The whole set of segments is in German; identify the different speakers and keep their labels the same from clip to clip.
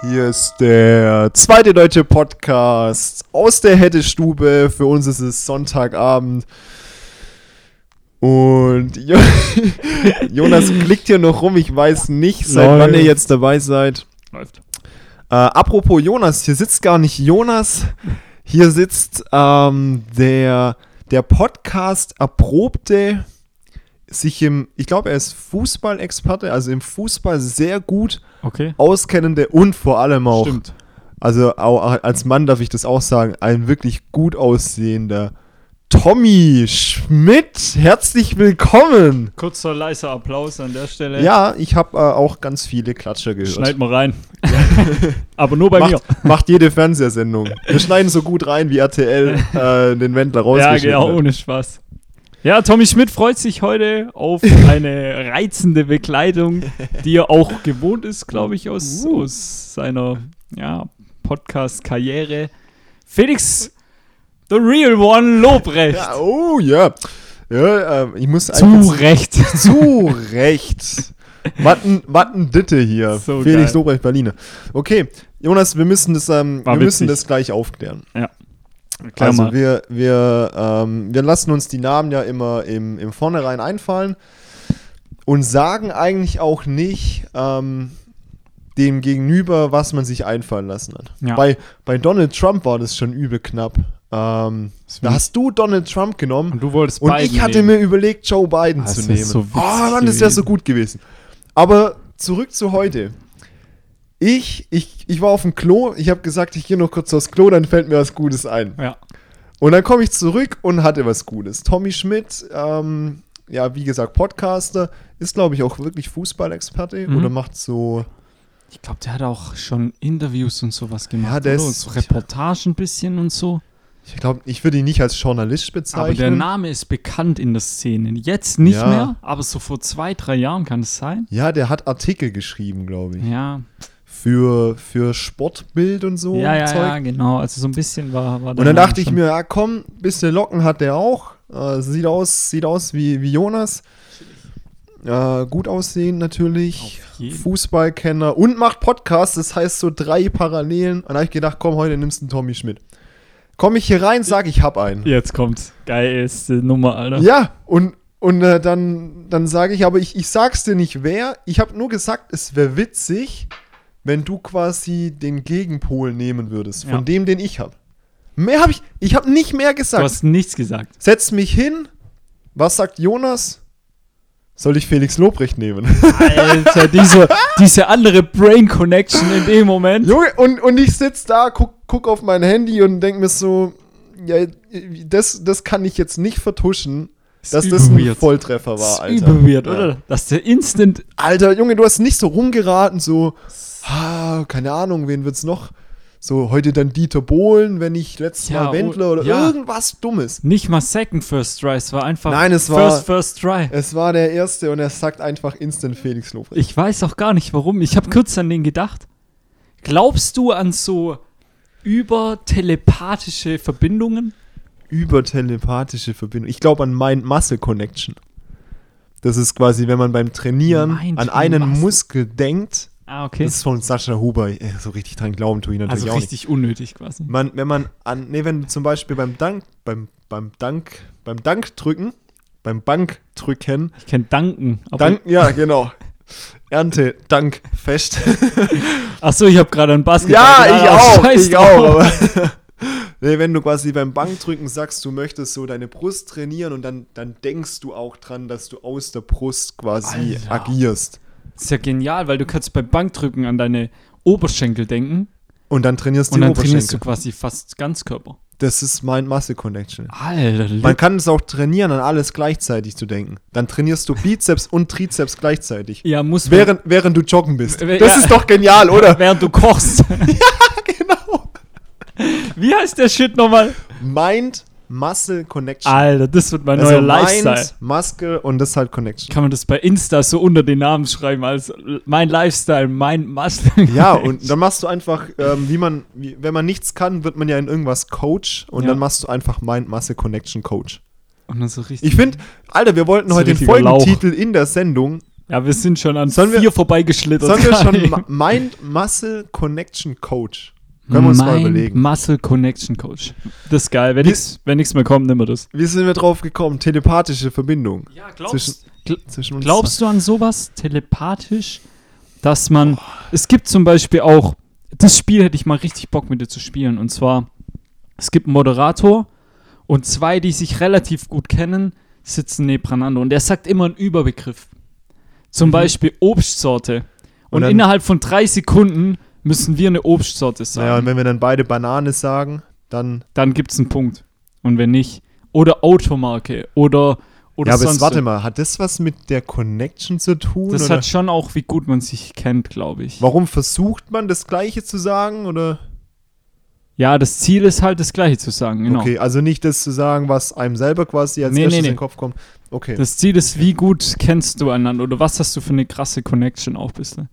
Speaker 1: Hier ist der zweite deutsche Podcast aus der Hettestube. Für uns ist es Sonntagabend. Und Jo- Jonas klickt hier noch rum. Ich weiß nicht, seit
Speaker 2: Lol.
Speaker 1: wann ihr jetzt dabei seid.
Speaker 2: Läuft.
Speaker 1: Äh, apropos Jonas, hier sitzt gar nicht Jonas. Hier sitzt ähm, der, der Podcast erprobte, sich im, ich glaube, er ist Fußballexperte, also im Fußball sehr gut
Speaker 2: Okay.
Speaker 1: auskennende und vor allem auch,
Speaker 2: Stimmt.
Speaker 1: also auch als Mann darf ich das auch sagen, ein wirklich gut aussehender Tommy Schmidt. Herzlich willkommen.
Speaker 2: Kurzer leiser Applaus an der Stelle.
Speaker 1: Ja, ich habe äh, auch ganz viele Klatscher gehört.
Speaker 2: Schneid mal rein. Aber nur bei mir.
Speaker 1: macht, macht jede Fernsehsendung. Wir schneiden so gut rein, wie RTL äh, den Wendler
Speaker 2: Ja,
Speaker 1: rausgeschnitten
Speaker 2: genau,
Speaker 1: hat.
Speaker 2: ohne Spaß. Ja, Tommy Schmidt freut sich heute auf eine reizende Bekleidung, die er auch gewohnt ist, glaube ich, aus,
Speaker 1: Uh.
Speaker 2: aus seiner ja, Podcast-Karriere. Felix, the real one, Lobrecht.
Speaker 1: Ja, oh ja. ja ähm, ich muss
Speaker 2: Zu
Speaker 1: einfach-
Speaker 2: Recht.
Speaker 1: zu Recht. Watten, Watten Ditte hier.
Speaker 2: So
Speaker 1: Felix
Speaker 2: geil.
Speaker 1: Lobrecht, Berliner. Okay, Jonas, wir müssen das, ähm, wir
Speaker 2: War
Speaker 1: müssen
Speaker 2: witzig.
Speaker 1: das gleich aufklären.
Speaker 2: Klar,
Speaker 1: also
Speaker 2: Mann.
Speaker 1: wir, wir, ähm, wir lassen uns die Namen ja immer im, im Vornherein einfallen und sagen eigentlich auch nicht ähm, dem Gegenüber, was man sich einfallen lassen hat.
Speaker 2: Ja.
Speaker 1: Bei, bei Donald Trump war das schon übel knapp. Ähm, da
Speaker 2: bin
Speaker 1: hast du Donald Trump genommen
Speaker 2: Und du wolltest
Speaker 1: und
Speaker 2: beiden
Speaker 1: ich hatte
Speaker 2: nehmen. Ah,
Speaker 1: mir überlegt, Joe Biden
Speaker 2: Das
Speaker 1: zu
Speaker 2: ist
Speaker 1: nehmen.
Speaker 2: so
Speaker 1: oh
Speaker 2: witzig
Speaker 1: Mann, das wäre so
Speaker 2: gewesen.
Speaker 1: gut gewesen. Aber zurück zu heute. Ich, ich, ich war auf dem Klo, ich habe gesagt, ich gehe noch kurz aufs Klo, dann fällt mir was Gutes ein.
Speaker 2: Ja.
Speaker 1: Und dann komme ich zurück und hatte was Gutes. Tommy Schmidt, ähm, ja, wie gesagt, Podcaster, ist, glaube ich, auch wirklich Fußballexperte
Speaker 2: Mhm.
Speaker 1: oder macht so.
Speaker 2: Ich glaube, der hat auch schon Interviews und sowas gemacht.
Speaker 1: Ja, der
Speaker 2: oder?
Speaker 1: ist-
Speaker 2: so Reportagen ein bisschen und so.
Speaker 1: Ich glaube, ich würde ihn nicht als Journalist bezeichnen.
Speaker 2: Aber der Name ist bekannt in der Szene. Jetzt nicht
Speaker 1: Ja.
Speaker 2: mehr, aber so vor zwei, drei Jahren kann es sein.
Speaker 1: ja, der hat Artikel geschrieben, glaube ich.
Speaker 2: Ja,
Speaker 1: Für, für Sportbild und so.
Speaker 2: ja, ja,
Speaker 1: Oh, Zeug.
Speaker 2: ja, genau. Also so ein bisschen war, war der
Speaker 1: Und dann
Speaker 2: Name
Speaker 1: dachte ich
Speaker 2: schon-
Speaker 1: mir, ja komm, bisschen Locken hat der auch. Äh, sieht aus, sieht aus wie, wie Jonas. Äh, gut aussehen natürlich.
Speaker 2: Auf jeden.
Speaker 1: Fußballkenner und macht Podcast, das heißt so drei Parallelen. Und da habe ich gedacht, komm, heute nimmst du einen Tommy Schmidt. Komm ich hier rein, sag ich hab einen.
Speaker 2: Jetzt kommt's. Geilste Nummer, Alter.
Speaker 1: Ja, und, und äh, dann, dann sage ich, aber ich, ich sag's dir nicht wer. Ich habe nur gesagt, es wäre witzig, wenn du quasi den Gegenpol nehmen würdest, von
Speaker 2: Ja.
Speaker 1: dem, den ich habe. Mehr habe ich, ich habe nicht mehr
Speaker 2: Du
Speaker 1: gesagt.
Speaker 2: hast nichts gesagt.
Speaker 1: Setz mich hin. Was sagt Jonas? Soll ich Felix Lobrecht nehmen?
Speaker 2: Alter, diese, diese andere Brain Connection in dem Moment.
Speaker 1: Junge, und, und ich sitz da, guck, guck auf mein Handy und denk mir so, ja, das, das kann ich jetzt nicht vertuschen,
Speaker 2: Ist
Speaker 1: dass das ein
Speaker 2: übel weird.
Speaker 1: Volltreffer
Speaker 2: Das
Speaker 1: war,
Speaker 2: ist
Speaker 1: Alter.
Speaker 2: übel weird,
Speaker 1: Ja.
Speaker 2: oder? Dass der Instant
Speaker 1: Alter, Junge, du hast nicht so rumgeraten, so, ah, keine Ahnung, wen wird's noch? So, heute dann Dieter Bohlen, wenn ich letztes
Speaker 2: Ja,
Speaker 1: Mal Wendler
Speaker 2: oh,
Speaker 1: oder
Speaker 2: ja.
Speaker 1: irgendwas Dummes.
Speaker 2: nicht mal Second First Try, es war einfach
Speaker 1: Nein, es war-
Speaker 2: First First Try.
Speaker 1: Es war der erste und er sagt einfach instant Felix Lobrecht.
Speaker 2: Ich weiß auch gar nicht warum. Ich habe kurz an den gedacht. Glaubst du an so übertelepathische Verbindungen?
Speaker 1: übertelepathische Verbindung. Ich glaube an Mind-Muscle-Connection. Das ist quasi, wenn man beim Trainieren
Speaker 2: Mind
Speaker 1: an
Speaker 2: and
Speaker 1: einen
Speaker 2: Muscle.
Speaker 1: Muskel denkt.
Speaker 2: Ah, okay.
Speaker 1: Das ist von Sascha Huber. Äh, So richtig dran glauben tue ich natürlich
Speaker 2: Also
Speaker 1: auch nicht.
Speaker 2: richtig unnötig quasi.
Speaker 1: Man, wenn man an, nee, wenn du zum Beispiel beim Dank, beim, beim Dank, beim Dank drücken, beim Bank drücken,
Speaker 2: Ich kenne Danken. Aber
Speaker 1: Dank, ja, genau. Ernte, Dank, Fest.
Speaker 2: Achso, ich habe gerade an Basketball. gedacht, aber Ah, scheiß
Speaker 1: ich
Speaker 2: drauf.
Speaker 1: auch. Aber nee, wenn du quasi beim Bankdrücken sagst, du möchtest so deine Brust trainieren und dann, dann denkst du auch dran, dass du aus der Brust quasi
Speaker 2: Alter.
Speaker 1: agierst.
Speaker 2: Ist ja genial, weil du kannst beim Bankdrücken an deine Oberschenkel denken
Speaker 1: Und dann trainierst du
Speaker 2: und
Speaker 1: die
Speaker 2: dann trainierst du
Speaker 1: Oberschenkel.
Speaker 2: quasi fast Ganzkörper.
Speaker 1: Das ist mein Muscle Connection.
Speaker 2: Alter,
Speaker 1: Man kann es auch trainieren, an alles gleichzeitig zu denken. Dann trainierst du Bizeps und Trizeps gleichzeitig.
Speaker 2: ja, muss man-
Speaker 1: Während, während du joggen bist.
Speaker 2: W-
Speaker 1: Das
Speaker 2: ja.
Speaker 1: ist doch genial, oder?
Speaker 2: während du kochst.
Speaker 1: genau.
Speaker 2: Wie heißt der Shit nochmal?
Speaker 1: Mind Muscle Connection. Also
Speaker 2: Alter, das wird mein Ah, neuer Lifestyle.
Speaker 1: Mind, Muscle und das halt Connection.
Speaker 2: kann man das bei Insta so unter den Namen schreiben als äh, mein Lifestyle, mein Mustang.
Speaker 1: Ja, und dann machst du einfach, ähm, wie man, wie, wenn man nichts kann, wird man ja in irgendwas Coach und
Speaker 2: Ja.
Speaker 1: dann machst du einfach Mind-Masse-Connection-Coach.
Speaker 2: und dann so richtig.
Speaker 1: Ich finde, Alter, wir wollten
Speaker 2: So
Speaker 1: heute den
Speaker 2: richtiger Lauch.
Speaker 1: Folgentitel in der Sendung
Speaker 2: Ja, wir sind schon an
Speaker 1: Sollen wir-
Speaker 2: vier vorbeigeschlittert.
Speaker 1: Sollen wir schon
Speaker 2: gerade.
Speaker 1: Ma- Mind Muscle Connection Coach? Können wir uns mal
Speaker 2: Mind
Speaker 1: überlegen.
Speaker 2: Muscle Connection Coach. Das ist geil. Wenn
Speaker 1: Wir-
Speaker 2: nichts wenn nix mehr kommt, nimm wir das.
Speaker 1: Wie sind wir drauf gekommen? Telepathische Verbindung.
Speaker 2: Ja,
Speaker 1: glaubst- Zwischen uns
Speaker 2: Glaubst du an sowas telepathisch, dass man. Es gibt zum Beispiel auch. Das Spiel hätte ich mal richtig Bock mit dir zu spielen. Und zwar: Es gibt einen Moderator und zwei, die sich relativ gut kennen, sitzen nebeneinander. Und er sagt immer einen Überbegriff. Zum Beispiel Obstsorte.
Speaker 1: Mhm. Und
Speaker 2: Und,
Speaker 1: dann-
Speaker 2: innerhalb von drei Sekunden müssen wir eine Obstsorte sagen.
Speaker 1: Naja, und wenn wir dann beide Banane sagen, dann.
Speaker 2: Dann gibt es einen Punkt. Und wenn nicht. Oder Automarke. Oder. oder
Speaker 1: ja, aber
Speaker 2: sonst
Speaker 1: jetzt, warte mal, hat das was mit der Connection zu tun?
Speaker 2: Das
Speaker 1: oder?
Speaker 2: hat schon auch, wie gut man sich kennt, glaube ich.
Speaker 1: Warum versucht man das Gleiche zu sagen? Oder?
Speaker 2: Ja, das Ziel ist halt, das Gleiche zu sagen, genau.
Speaker 1: Okay, also nicht das zu sagen, was einem selber quasi als
Speaker 2: Nee,
Speaker 1: erstes
Speaker 2: nee,
Speaker 1: in den
Speaker 2: nee.
Speaker 1: Kopf kommt. Okay.
Speaker 2: Das Ziel ist, wie gut kennst du einander oder was hast du für eine krasse Connection auch bist du?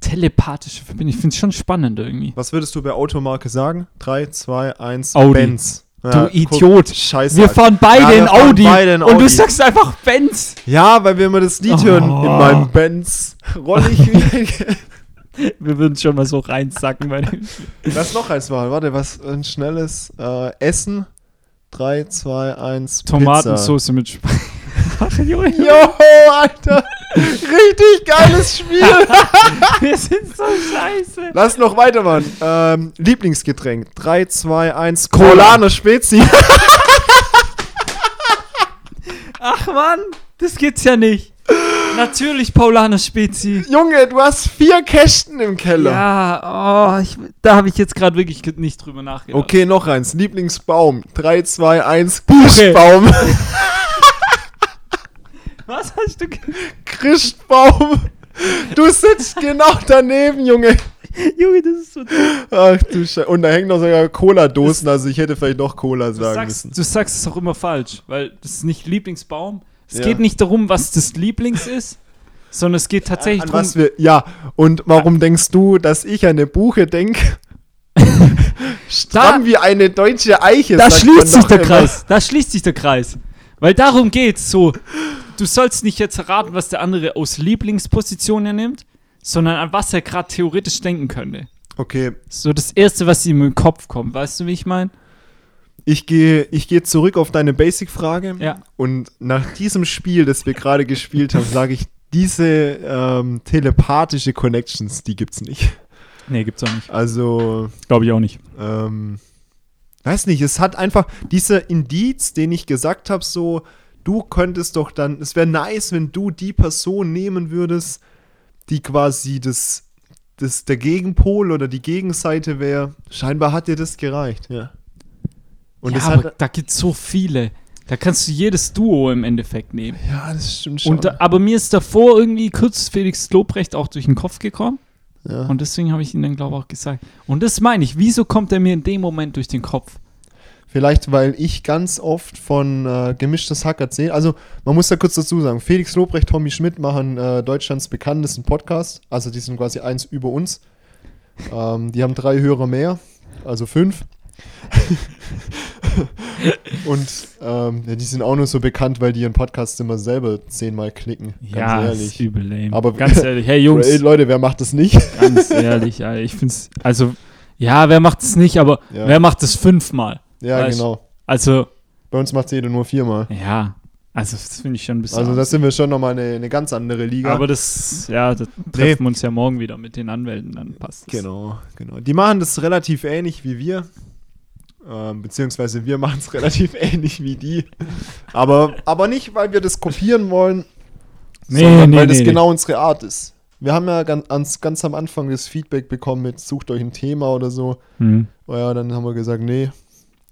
Speaker 2: Telepathische Verbindung, ich finde es schon spannend irgendwie.
Speaker 1: was würdest du bei Automarke sagen? 3, 2, 1,
Speaker 2: Audi.
Speaker 1: Benz.
Speaker 2: Du Idiot.
Speaker 1: Scheiße.
Speaker 2: Wir
Speaker 1: Alter.
Speaker 2: fahren beide,
Speaker 1: Ja, wir
Speaker 2: in,
Speaker 1: fahren
Speaker 2: Audi
Speaker 1: beide in
Speaker 2: und
Speaker 1: Audi.
Speaker 2: du sagst einfach Benz.
Speaker 1: Ja, weil wir immer das Lied
Speaker 2: Oh.
Speaker 1: hören. In meinem Benz rolle ich wie.
Speaker 2: Wir würden schon mal so reinsacken. Bei dem.
Speaker 1: was noch als war? Warte, was ein schnelles äh, Essen. 3, 2, 1.
Speaker 2: Tomatensoße mit Sp Ach, Junge,
Speaker 1: Yo, Alter. Richtig geiles Spiel.
Speaker 2: wir sind so scheiße.
Speaker 1: Lass noch weitermachen. Ähm, Lieblingsgetränk. 3, 2, 1.
Speaker 2: Cola.
Speaker 1: Colane Spezi.
Speaker 2: Ach Mann, das geht's ja nicht. Natürlich Paulaner Spezi.
Speaker 1: Junge, du hast vier Kästen im Keller.
Speaker 2: Ja, oh, ich, da habe ich jetzt gerade wirklich ge- nicht drüber nachgedacht.
Speaker 1: Okay, noch eins. Lieblingsbaum. 3, 2, 1. Christbaum.
Speaker 2: Was hast du? ge-
Speaker 1: Christbaum. Du sitzt genau daneben, Junge.
Speaker 2: Junge, das ist so. Du
Speaker 1: Ach du Scheiße. Und da hängen noch sogar Cola-Dosen, also ich hätte vielleicht noch Cola sagen
Speaker 2: sagst,
Speaker 1: müssen.
Speaker 2: du sagst es auch immer falsch, weil das ist nicht Lieblingsbaum. Es
Speaker 1: Ja.
Speaker 2: geht nicht darum, was das Lieblings ist, sondern es geht tatsächlich
Speaker 1: An was
Speaker 2: darum.
Speaker 1: wir, ja, und warum denkst du, dass ich an eine Buche denke? Stramm wie eine deutsche Eiche.
Speaker 2: Da
Speaker 1: sagt man
Speaker 2: schließt sich
Speaker 1: doch
Speaker 2: der
Speaker 1: immer.
Speaker 2: Kreis. Da schließt sich der Kreis. Weil darum geht's so. Du sollst nicht jetzt erraten, was der andere aus Lieblingspositionen nimmt, sondern an was er gerade theoretisch denken könnte.
Speaker 1: Okay,
Speaker 2: So das Erste, was ihm in den Kopf kommt. Weißt du, wie ich meine?
Speaker 1: ich gehe ich gehe zurück auf deine Basic-Frage.
Speaker 2: Ja.
Speaker 1: Und nach diesem Spiel, das wir gerade gespielt haben, sage ich, diese ähm, telepathische Connections, die gibt's nicht.
Speaker 2: Nee, gibt's auch nicht.
Speaker 1: Also,
Speaker 2: Glaube ich auch nicht.
Speaker 1: ähm, weiß nicht, es hat einfach dieser Indiz, den ich gesagt habe, so, du könntest doch dann, es wäre nice, wenn du die Person nehmen würdest, die quasi das, das der Gegenpol oder die Gegenseite wäre. Scheinbar hat dir das gereicht, ja. Und
Speaker 2: ja,
Speaker 1: das
Speaker 2: aber
Speaker 1: hat,
Speaker 2: da gibt es so viele. Da kannst du jedes Duo im Endeffekt nehmen.
Speaker 1: ja, das stimmt schon.
Speaker 2: Und da, aber mir ist davor irgendwie kurz Felix Lobrecht auch durch den Kopf gekommen.
Speaker 1: ja.
Speaker 2: Und deswegen habe ich ihn dann, glaube ich, auch gesagt. Und das meine ich. Wieso kommt er mir in dem Moment durch den Kopf?
Speaker 1: Vielleicht, weil ich ganz oft von äh, gemischtes Hack erzähle. Also, man muss da kurz dazu sagen: Felix Lobrecht, Tommy Schmidt machen äh, Deutschlands bekanntesten Podcast. Also, die sind quasi eins über uns. Ähm, die haben drei Hörer mehr, also fünf. Und ähm, ja, die sind auch nur so bekannt, weil die ihren Podcast immer selber zehnmal klicken.
Speaker 2: übel lame.
Speaker 1: Aber-
Speaker 2: ganz ehrlich. Hey, Jungs.
Speaker 1: Ey, Leute, wer macht das nicht?
Speaker 2: ganz ehrlich. Alter, ich finde es... Also, ja, wer macht es nicht, aber
Speaker 1: Ja.
Speaker 2: wer macht es fünfmal?
Speaker 1: ja,
Speaker 2: Weißt-
Speaker 1: genau.
Speaker 2: Also,
Speaker 1: Bei uns macht jeder nur viermal.
Speaker 2: ja. Also, das finde ich schon ein bisschen...
Speaker 1: Also, das sind wir schon nochmal eine, eine ganz andere Liga.
Speaker 2: aber das, ja, da treffen
Speaker 1: Nee.
Speaker 2: wir uns ja morgen wieder mit den Anwälten, dann passt es.
Speaker 1: Genau, genau. Die machen das relativ ähnlich wie wir. Ähm, beziehungsweise wir machen es relativ ähnlich wie die. Aber, aber nicht, weil wir das kopieren wollen,
Speaker 2: Nee,
Speaker 1: sondern
Speaker 2: nee,
Speaker 1: weil das
Speaker 2: nee,
Speaker 1: genau unsere Art ist. Wir haben ja ganz, ans, ganz am Anfang das Feedback bekommen mit sucht euch ein Thema oder so.
Speaker 2: nee. Mhm.
Speaker 1: Oh ja, dann haben wir gesagt, nee,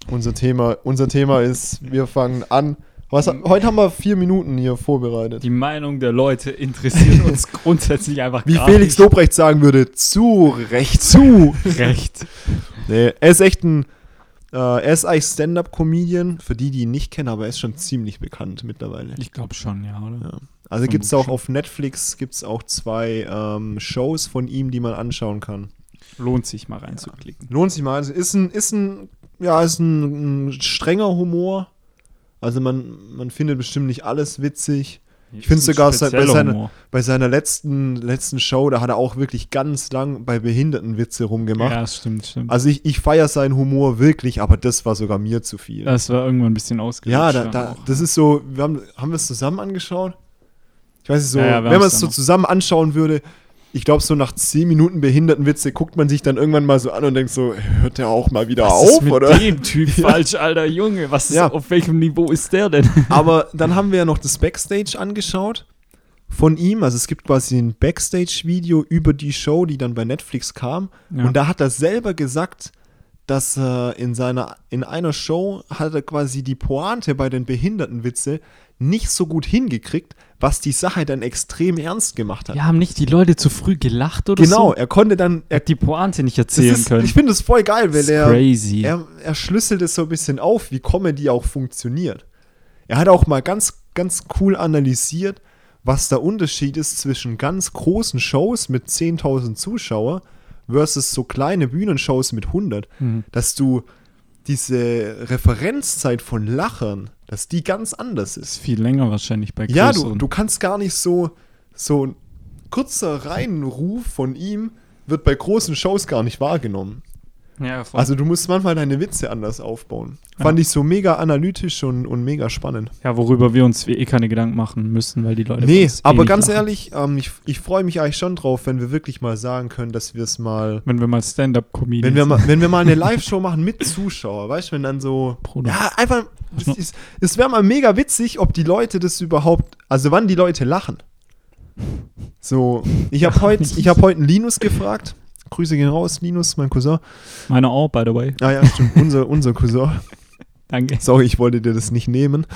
Speaker 1: unser Thema, unser Thema ist, wir fangen an. Was, heute haben wir vier Minuten hier vorbereitet.
Speaker 2: Die Meinung der Leute interessiert uns grundsätzlich einfach
Speaker 1: Wie
Speaker 2: gar
Speaker 1: Felix
Speaker 2: nicht.
Speaker 1: Lobrecht sagen würde, zu Recht. Zu
Speaker 2: Recht.
Speaker 1: Nee, er ist echt ein. Äh, er ist eigentlich Stand-Up-Comedian, für die, die ihn nicht kennen, aber er ist schon ziemlich bekannt mittlerweile.
Speaker 2: Ich glaube schon, ja, oder?
Speaker 1: Ja. Also
Speaker 2: Schon
Speaker 1: gibt es auch
Speaker 2: schon.
Speaker 1: auf Netflix gibt's auch zwei ähm, Shows von ihm, die man anschauen kann.
Speaker 2: Lohnt sich mal reinzuklicken.
Speaker 1: Lohnt sich mal. Also ist ein, ist ein, ja, ist ein, ein strenger Humor. Also man, man findet bestimmt nicht alles witzig. Ich finde sogar se- bei seiner, bei seiner letzten, letzten Show, da hat er auch wirklich ganz lang bei Behindertenwitze rumgemacht.
Speaker 2: Ja, stimmt, stimmt.
Speaker 1: Also ich, ich feiere seinen Humor wirklich, aber das war sogar mir zu viel.
Speaker 2: das war irgendwann ein bisschen ausgelutscht.
Speaker 1: ja, da,
Speaker 2: dann
Speaker 1: da,
Speaker 2: auch. ne?
Speaker 1: das ist so, wir haben, haben wir es zusammen angeschaut? Ich weiß nicht, so,
Speaker 2: Ja, ja, wir
Speaker 1: wenn
Speaker 2: haben's
Speaker 1: man es
Speaker 2: dann
Speaker 1: so
Speaker 2: noch.
Speaker 1: zusammen anschauen würde, ich glaube, so nach 10 Minuten Behindertenwitze guckt man sich dann irgendwann mal so an und denkt so, hört der auch mal wieder
Speaker 2: Was
Speaker 1: auf,
Speaker 2: ist mit
Speaker 1: oder?
Speaker 2: dem Typ falsch, alter Junge? Was ist,
Speaker 1: Ja.
Speaker 2: Auf welchem Niveau ist der denn?
Speaker 1: Aber dann haben wir ja noch das Backstage angeschaut von ihm. Also es gibt quasi ein Backstage-Video über die Show, die dann bei Netflix kam.
Speaker 2: Ja.
Speaker 1: Und da hat er selber gesagt, dass er in seiner in einer Show hat er quasi die Pointe bei den Behindertenwitze nicht so gut hingekriegt, was die Sache dann extrem ernst gemacht hat.
Speaker 2: Ja, haben nicht die Leute zu früh gelacht oder
Speaker 1: genau,
Speaker 2: so?
Speaker 1: er konnte dann er,
Speaker 2: Er hat die Pointe nicht
Speaker 1: das
Speaker 2: erzählen
Speaker 1: ist,
Speaker 2: können.
Speaker 1: Ich finde das voll geil, weil
Speaker 2: Das ist
Speaker 1: er
Speaker 2: crazy.
Speaker 1: er, er schlüsselt es so ein bisschen auf, wie Comedy auch funktioniert. Er hat auch mal ganz, ganz cool analysiert, was der Unterschied ist zwischen ganz großen Shows mit 10.000 Zuschauer versus so kleine Bühnenshows mit 100. Dass du diese Referenzzeit von Lachern, dass die ganz anders ist.
Speaker 2: ist viel länger wahrscheinlich bei
Speaker 1: Ja, du,
Speaker 2: größeren.
Speaker 1: du kannst gar nicht so, so ein kurzer Reinruf von ihm wird bei großen Shows gar nicht wahrgenommen.
Speaker 2: Ja, voll.
Speaker 1: Also du musst manchmal deine Witze anders aufbauen. Fand ich so mega analytisch und, und mega spannend.
Speaker 2: ja, worüber wir uns eh keine Gedanken machen müssen, weil die Leute.
Speaker 1: Nee,
Speaker 2: uns eh
Speaker 1: aber
Speaker 2: nicht
Speaker 1: ganz
Speaker 2: lachen.
Speaker 1: ehrlich, ähm, ich, ich freue mich eigentlich schon drauf, wenn wir wirklich mal sagen können, dass wir es mal.
Speaker 2: Wenn wir mal Stand-Up-Comedy.
Speaker 1: Wenn wir, mal, wenn wir mal eine Live-Show machen mit Zuschauer, weißt du, wenn dann so.
Speaker 2: Bruder.
Speaker 1: Ja, einfach. Es, ist- es wäre mal mega witzig, ob die Leute das überhaupt. Also, wann die Leute lachen. So, ich habe heute hab heut einen Linus gefragt. Grüße gehen raus, Linus, mein Cousin.
Speaker 2: Meiner auch, by the way.
Speaker 1: Ah ja, stimmt, unser, unser Cousin.
Speaker 2: Danke.
Speaker 1: Sorry, ich wollte dir das nicht nehmen.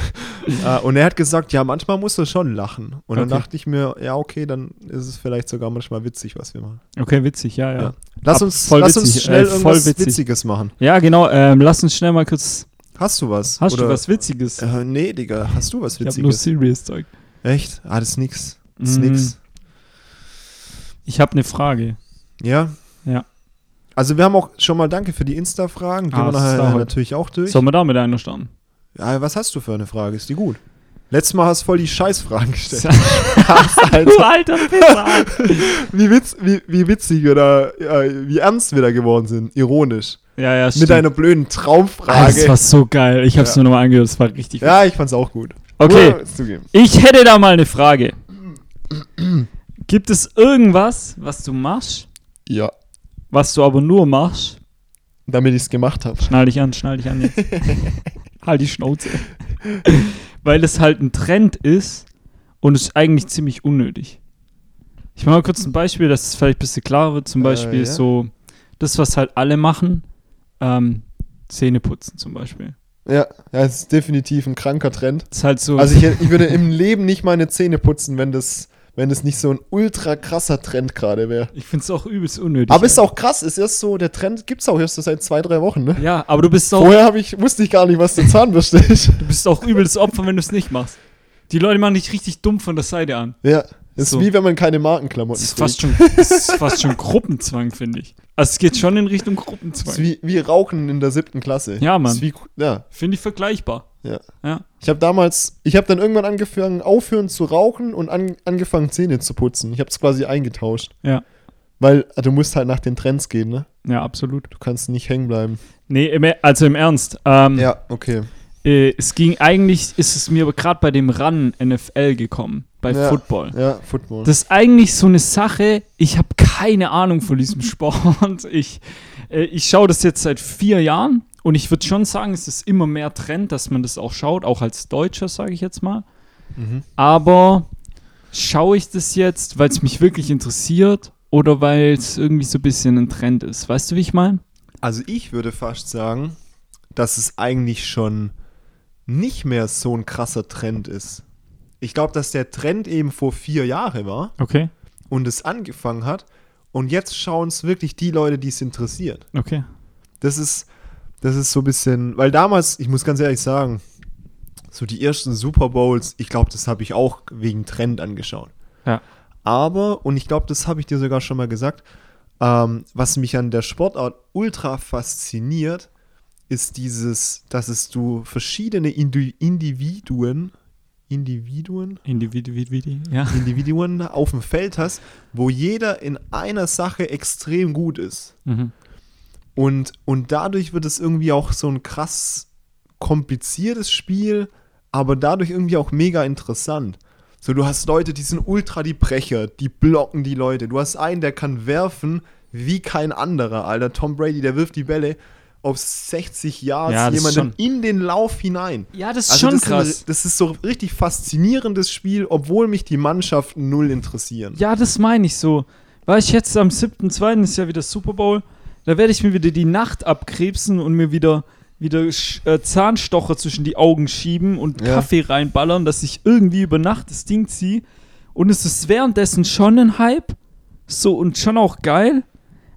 Speaker 1: äh, und er hat gesagt, ja, manchmal musst du schon lachen. Und dann
Speaker 2: Okay.
Speaker 1: dachte ich mir, ja, okay, dann ist es vielleicht sogar manchmal witzig, was wir machen.
Speaker 2: Okay, witzig, ja, ja.
Speaker 1: Ja.
Speaker 2: Ja,
Speaker 1: Lass
Speaker 2: Ab-
Speaker 1: uns,
Speaker 2: voll
Speaker 1: lass
Speaker 2: witzig,
Speaker 1: uns schnell
Speaker 2: äh, voll
Speaker 1: irgendwas
Speaker 2: witzig.
Speaker 1: Witziges machen.
Speaker 2: genau. Ähm, lass uns schnell mal kurz.
Speaker 1: Hast du was?
Speaker 2: Hast
Speaker 1: Oder-
Speaker 2: du was Witziges?
Speaker 1: Äh, nee, Digga, hast du was
Speaker 2: ich habe nur
Speaker 1: Witziges?
Speaker 2: serious Zeug.
Speaker 1: Echt? Ah, das ist nix. Das ist
Speaker 2: Mm.
Speaker 1: nix.
Speaker 2: Ich habe eine Frage.
Speaker 1: Ja?
Speaker 2: Ja.
Speaker 1: Also wir haben auch schon mal Danke für die Insta-Fragen. Gehen
Speaker 2: Ah,
Speaker 1: wir
Speaker 2: das ist
Speaker 1: nachher
Speaker 2: da heute.
Speaker 1: natürlich auch durch.
Speaker 2: Sollen wir da mit einer starten?
Speaker 1: Ja, was hast du für eine Frage? Ist die gut? Letztes Mal hast du voll die Scheißfragen gestellt.
Speaker 2: Du alter Pisser!
Speaker 1: Wie, witz, wie, wie witzig oder äh, wie ernst wir da geworden sind. Ironisch.
Speaker 2: ja, ja,
Speaker 1: Mit deiner blöden
Speaker 2: Ah, Das
Speaker 1: Traumfrage.
Speaker 2: war so geil. Ich habe es
Speaker 1: Ja.
Speaker 2: nur nochmal angehört. Das war richtig.
Speaker 1: ja, ich fand's auch gut.
Speaker 2: Okay.
Speaker 1: Muss ich zugeben.
Speaker 2: Ich hätte da mal eine Frage. Gibt es irgendwas, was du machst,
Speaker 1: Ja.
Speaker 2: was du aber nur machst?
Speaker 1: Damit ich's gemacht habe.
Speaker 2: Schnall dich an, schnall dich an jetzt. halt die Schnauze. Weil es halt ein Trend ist und es ist eigentlich ziemlich unnötig. Ich mache mal kurz ein Beispiel, dass es vielleicht ein bisschen klarer wird. Zum
Speaker 1: Äh,
Speaker 2: Beispiel
Speaker 1: ja.
Speaker 2: so, das, was halt alle machen, ähm, Zähne putzen zum Beispiel.
Speaker 1: Ja, ja, es ist definitiv ein kranker Trend.
Speaker 2: Das ist halt so.
Speaker 1: Also ich, ich würde im Leben nicht meine Zähne putzen, wenn das, wenn das nicht so ein ultra krasser Trend gerade wäre.
Speaker 2: ich finde es auch übelst unnötig.
Speaker 1: Aber ist auch krass, ist erst so, der Trend gibt's auch erst so seit zwei, drei Wochen, ne?
Speaker 2: Ja, aber du bist auch
Speaker 1: Vorher hab ich, wusste ich gar nicht, was der Zahnbürste ist.
Speaker 2: Du bist auch übles Opfer, wenn du es nicht machst. Die Leute machen dich richtig dumm von der Seite an.
Speaker 1: Ja. Ist
Speaker 2: So.
Speaker 1: wie wenn man keine Markenklamotten
Speaker 2: Das ist
Speaker 1: trägt.
Speaker 2: fast schon, das ist fast schon Gruppenzwang, finde ich. Also es geht schon in Richtung
Speaker 1: Das ist
Speaker 2: Gruppenzwang.
Speaker 1: wie, wie Rauchen in der siebten Klasse.
Speaker 2: Ja, Mann.
Speaker 1: Das ist wie, ja,
Speaker 2: Finde ich vergleichbar.
Speaker 1: ja.
Speaker 2: Ja.
Speaker 1: Ich habe damals, ich habe dann irgendwann angefangen, aufhören zu rauchen und an, angefangen, Zähne zu putzen. Ich habe es quasi eingetauscht.
Speaker 2: Ja.
Speaker 1: Weil äh, du musst halt nach den Trends gehen, ne?
Speaker 2: Ja, absolut.
Speaker 1: Du kannst nicht hängen bleiben.
Speaker 2: Nee, im, also im Ernst. Ähm,
Speaker 1: Ja, okay.
Speaker 2: äh, es ging eigentlich, ist es mir aber gerade bei dem Run NFL gekommen, bei
Speaker 1: Ja.
Speaker 2: Football.
Speaker 1: Ja, Football.
Speaker 2: Das ist eigentlich so eine Sache, ich habe keine Ahnung von diesem Sport. Ich, äh, ich schaue das jetzt seit vier Jahren und ich würde schon sagen, es ist immer mehr Trend, dass man das auch schaut, auch als Deutscher, sage ich jetzt mal.
Speaker 1: Mhm.
Speaker 2: Aber schaue ich das jetzt, weil es mich wirklich interessiert oder weil es irgendwie so ein bisschen ein Trend ist? Weißt du, wie ich meine?
Speaker 1: Also ich würde fast sagen, dass es eigentlich schon nicht mehr so ein krasser Trend ist. Ich glaube, dass der Trend eben vor vier Jahren war
Speaker 2: Okay,
Speaker 1: und es angefangen hat. Und jetzt schauen es wirklich die Leute, die es interessiert.
Speaker 2: okay.
Speaker 1: Das ist, das ist so ein bisschen, weil damals, ich muss ganz ehrlich sagen, so die ersten Super Bowls, ich glaube, das habe ich auch wegen Trend angeschaut.
Speaker 2: Ja.
Speaker 1: Aber, und ich glaube, das habe ich dir sogar schon mal gesagt, ähm, was mich an der Sportart ultra fasziniert, ist dieses, dass es du verschiedene Indu Individuen Individuen,
Speaker 2: Individuidi, ja.
Speaker 1: Individuen auf dem Feld hast, wo jeder in einer Sache extrem gut ist.
Speaker 2: Mhm.
Speaker 1: Und, und dadurch wird es irgendwie auch so ein krass kompliziertes Spiel, aber dadurch irgendwie auch mega interessant. So, du hast Leute, die sind ultra die Brecher, die blocken die Leute. Du hast einen, der kann werfen wie kein anderer, Alter. Tom Brady, der wirft die Bälle auf 60 Yards
Speaker 2: Ja, das ist
Speaker 1: jemanden in den Lauf hinein.
Speaker 2: Ja, das ist
Speaker 1: Also
Speaker 2: schon
Speaker 1: das
Speaker 2: krass.
Speaker 1: Ist ein, das ist so richtig faszinierendes Spiel, obwohl mich die Mannschaften null interessieren.
Speaker 2: Ja, das meine ich so. War ich jetzt am 7.2. ist ja wieder Super Bowl. Da werde ich mir wieder die Nacht abkrebsen und mir wieder, wieder Sch- äh, Zahnstocher zwischen die Augen schieben und
Speaker 1: Ja.
Speaker 2: Kaffee reinballern, dass ich irgendwie über Nacht das Ding ziehe. Und es ist währenddessen schon ein Hype. So und schon auch geil.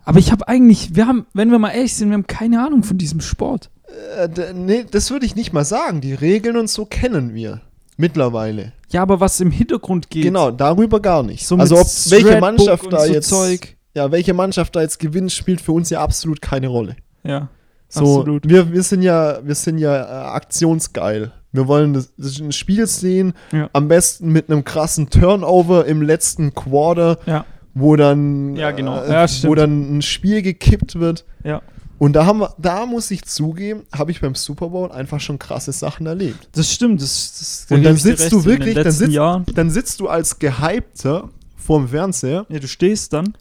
Speaker 2: Aber ich habe eigentlich, wir haben, wenn wir mal ehrlich sind, wir haben keine Ahnung von diesem Sport.
Speaker 1: Äh, d- nee, das würde ich nicht mal sagen. Die Regeln und so kennen wir mittlerweile.
Speaker 2: Ja, aber was im Hintergrund geht.
Speaker 1: Genau, darüber gar nicht.
Speaker 2: So
Speaker 1: also
Speaker 2: mit
Speaker 1: ob welche
Speaker 2: Stradbook
Speaker 1: Mannschaft
Speaker 2: und
Speaker 1: da
Speaker 2: so
Speaker 1: jetzt
Speaker 2: Zeug.
Speaker 1: ja, welche Mannschaft da jetzt gewinnt, spielt für uns ja absolut keine Rolle.
Speaker 2: Ja.
Speaker 1: So,
Speaker 2: Absolut.
Speaker 1: Wir, wir sind ja, wir sind ja äh, aktionsgeil. Wir wollen das, das ist ein Spiel sehen,
Speaker 2: Ja.
Speaker 1: am besten mit einem krassen Turnover im letzten Quarter,
Speaker 2: Ja.
Speaker 1: wo dann,
Speaker 2: Ja, genau.
Speaker 1: äh,
Speaker 2: Ja,
Speaker 1: wo
Speaker 2: stimmt.
Speaker 1: dann ein Spiel gekippt wird.
Speaker 2: Ja.
Speaker 1: Und da haben wir, da muss ich zugeben, habe ich beim Super Bowl einfach schon krasse Sachen erlebt.
Speaker 2: Das stimmt. Das, das, da
Speaker 1: Und
Speaker 2: gebe
Speaker 1: dann
Speaker 2: ich dir
Speaker 1: sitzt
Speaker 2: recht,
Speaker 1: du
Speaker 2: in den
Speaker 1: wirklich, dann
Speaker 2: letzten
Speaker 1: sitzt,
Speaker 2: Jahren.
Speaker 1: dann sitzt du als Gehypter vorm Fernseher.
Speaker 2: Ja, du stehst dann.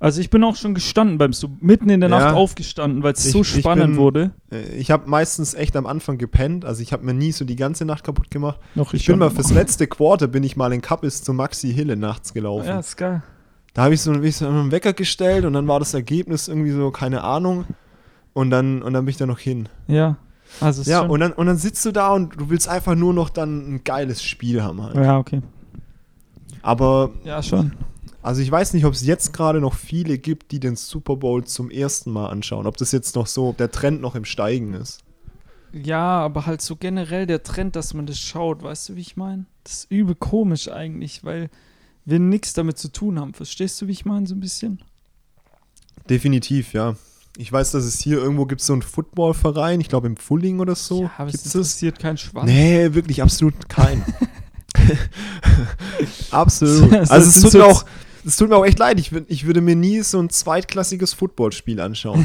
Speaker 2: Also ich bin auch schon gestanden beim Sub, mitten in der
Speaker 1: Ja.
Speaker 2: Nacht aufgestanden, weil es so
Speaker 1: Ich- ich
Speaker 2: spannend
Speaker 1: bin-
Speaker 2: wurde.
Speaker 1: Äh, Ich habe meistens echt am Anfang gepennt, also ich habe mir nie so die ganze Nacht kaputt gemacht.
Speaker 2: Noch
Speaker 1: Ich bin mal fürs letzte Quarter, bin ich mal in Kappis zu Maxi Hille nachts gelaufen.
Speaker 2: Ja, ist geil.
Speaker 1: Da habe ich so, bin ich so einen Wecker gestellt und dann war das Ergebnis irgendwie so, keine Ahnung. Und dann, und dann bin ich da noch hin.
Speaker 2: Ja, also es ist
Speaker 1: Ja,
Speaker 2: schon,
Speaker 1: und dann, und dann sitzt du da und du willst einfach nur noch dann ein geiles Spiel haben halt.
Speaker 2: ja, okay.
Speaker 1: Aber
Speaker 2: Ja, schon.
Speaker 1: Also ich weiß nicht, ob es jetzt gerade noch viele gibt, die den Super Bowl zum ersten Mal anschauen. Ob das jetzt noch so, ob der Trend noch im Steigen ist.
Speaker 2: Ja, aber halt so generell der Trend, dass man das schaut, weißt du, wie ich meine? Das ist übel komisch eigentlich, weil wir nichts damit zu tun haben. Verstehst du, wie ich meine, so ein bisschen?
Speaker 1: Definitiv, ja. Ich weiß, dass es hier irgendwo gibt so einen Footballverein, ich glaube im Fulling oder so.
Speaker 2: ja, aber es
Speaker 1: Gibt's das?
Speaker 2: interessiert keinen Schwanz.
Speaker 1: Nee, wirklich absolut kein. absolut.
Speaker 2: Das
Speaker 1: Also es
Speaker 2: sind
Speaker 1: tut,
Speaker 2: so
Speaker 1: mir auch, es tut mir auch echt leid. Ich, wür- ich würde mir nie so ein zweitklassiges Footballspiel anschauen.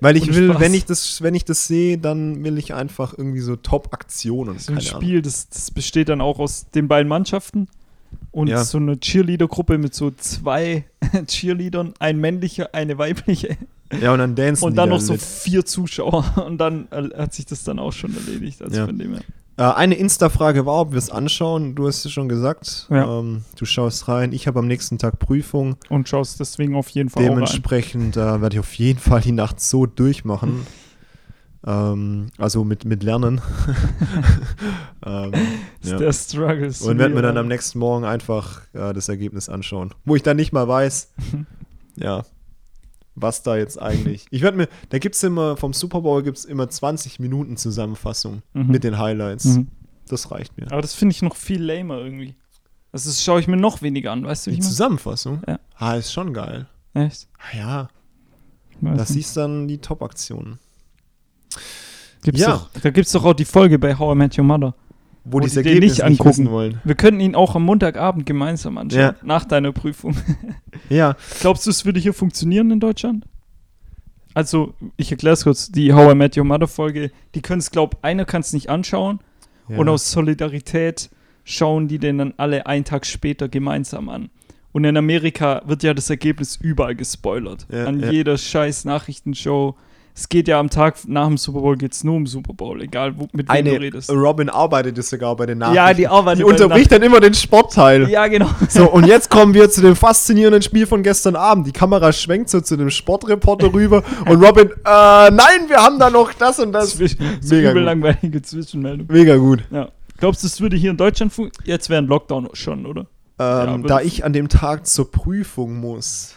Speaker 1: Weil ich
Speaker 2: Äh, Ohne
Speaker 1: will,
Speaker 2: Spaß.
Speaker 1: wenn ich, das, wenn ich das sehe, dann will ich einfach irgendwie so Top-Aktionen.
Speaker 2: So ein
Speaker 1: keine Ahnung.
Speaker 2: Spiel, das, das besteht dann auch aus den beiden Mannschaften und
Speaker 1: Ja.
Speaker 2: so eine Cheerleader-Gruppe mit so zwei Cheerleadern, ein männlicher, eine weibliche
Speaker 1: Ja, und dann dancen
Speaker 2: und
Speaker 1: die
Speaker 2: dann noch so
Speaker 1: mit.
Speaker 2: vier Zuschauer und dann äh, hat sich das dann auch schon erledigt. Also
Speaker 1: Ja.
Speaker 2: von dem her.
Speaker 1: Äh, eine Insta-Frage war, ob wir es anschauen. Du hast es schon gesagt.
Speaker 2: Ja.
Speaker 1: Ähm, du schaust rein. Ich habe am nächsten Tag Prüfung.
Speaker 2: Und schaust deswegen auf jeden Fall auch rein.
Speaker 1: Dementsprechend äh, werde ich auf jeden Fall die Nacht so durchmachen. ähm, also mit, mit Lernen. ähm,
Speaker 2: Das
Speaker 1: ja.
Speaker 2: ist Der Struggle. ist
Speaker 1: Und werde mir
Speaker 2: real.
Speaker 1: dann am nächsten Morgen einfach äh, das Ergebnis anschauen. Wo ich dann nicht mal weiß, ja, was da jetzt eigentlich. Ich werde mir, da gibt es immer, vom Super Bowl gibt es immer 20 Minuten Zusammenfassung
Speaker 2: Mhm.
Speaker 1: mit den Highlights.
Speaker 2: Mhm.
Speaker 1: Das reicht mir.
Speaker 2: Aber das finde ich noch viel lamer irgendwie. Das ist- schaue ich mir noch weniger an, weißt du, wie
Speaker 1: Die
Speaker 2: ich
Speaker 1: Zusammenfassung?
Speaker 2: Ja.
Speaker 1: Ah, ist schon geil.
Speaker 2: meine? Echt?
Speaker 1: Ah Ja,
Speaker 2: Weiß
Speaker 1: das
Speaker 2: nicht.
Speaker 1: siehst dann die Top-Aktionen.
Speaker 2: Gibt's
Speaker 1: ja.
Speaker 2: doch, da gibt es doch auch die Folge bei How I Met Your Mother.
Speaker 1: Wo,
Speaker 2: Wo
Speaker 1: die das
Speaker 2: die den
Speaker 1: Ergebnis
Speaker 2: nicht
Speaker 1: nicht
Speaker 2: angucken.
Speaker 1: wissen wollen.
Speaker 2: Wir könnten ihn auch am Montagabend gemeinsam anschauen,
Speaker 1: Ja.
Speaker 2: nach deiner Prüfung.
Speaker 1: Ja,
Speaker 2: Glaubst du, es würde hier funktionieren in Deutschland? Also, ich erkläre es kurz. Die How I Met Your Mother Folge, die können es, glaube einer kann es nicht anschauen.
Speaker 1: ja.
Speaker 2: Und aus Solidarität schauen die den dann alle einen Tag später gemeinsam an. Und in Amerika wird ja das Ergebnis überall gespoilert.
Speaker 1: Ja,
Speaker 2: an
Speaker 1: ja.
Speaker 2: jeder scheiß Nachrichtenshow. Es geht ja am Tag nach dem Super Bowl geht es nur um Super Bowl, egal wo, mit wem du
Speaker 1: eine
Speaker 2: redest.
Speaker 1: Robin arbeitet es sogar bei den Nachrichten.
Speaker 2: Ja, die arbeitet
Speaker 1: die
Speaker 2: bei den
Speaker 1: unterbricht dann immer den Sportteil.
Speaker 2: Ja, genau.
Speaker 1: So, und jetzt kommen wir zu dem faszinierenden Spiel von gestern Abend. Die Kamera schwenkt so zu dem Sportreporter rüber und Robin, äh, nein, wir haben da noch das und das.
Speaker 2: Zwischen, so
Speaker 1: Mega
Speaker 2: übel
Speaker 1: gut.
Speaker 2: langweilige Zwischenmeldung.
Speaker 1: Mega gut.
Speaker 2: Ja. Glaubst du, es würde hier in Deutschland funktionieren? Jetzt wäre ein Lockdown schon, oder? Ja,
Speaker 1: Ähm,
Speaker 2: aber
Speaker 1: da
Speaker 2: das-
Speaker 1: ich an dem Tag zur Prüfung muss,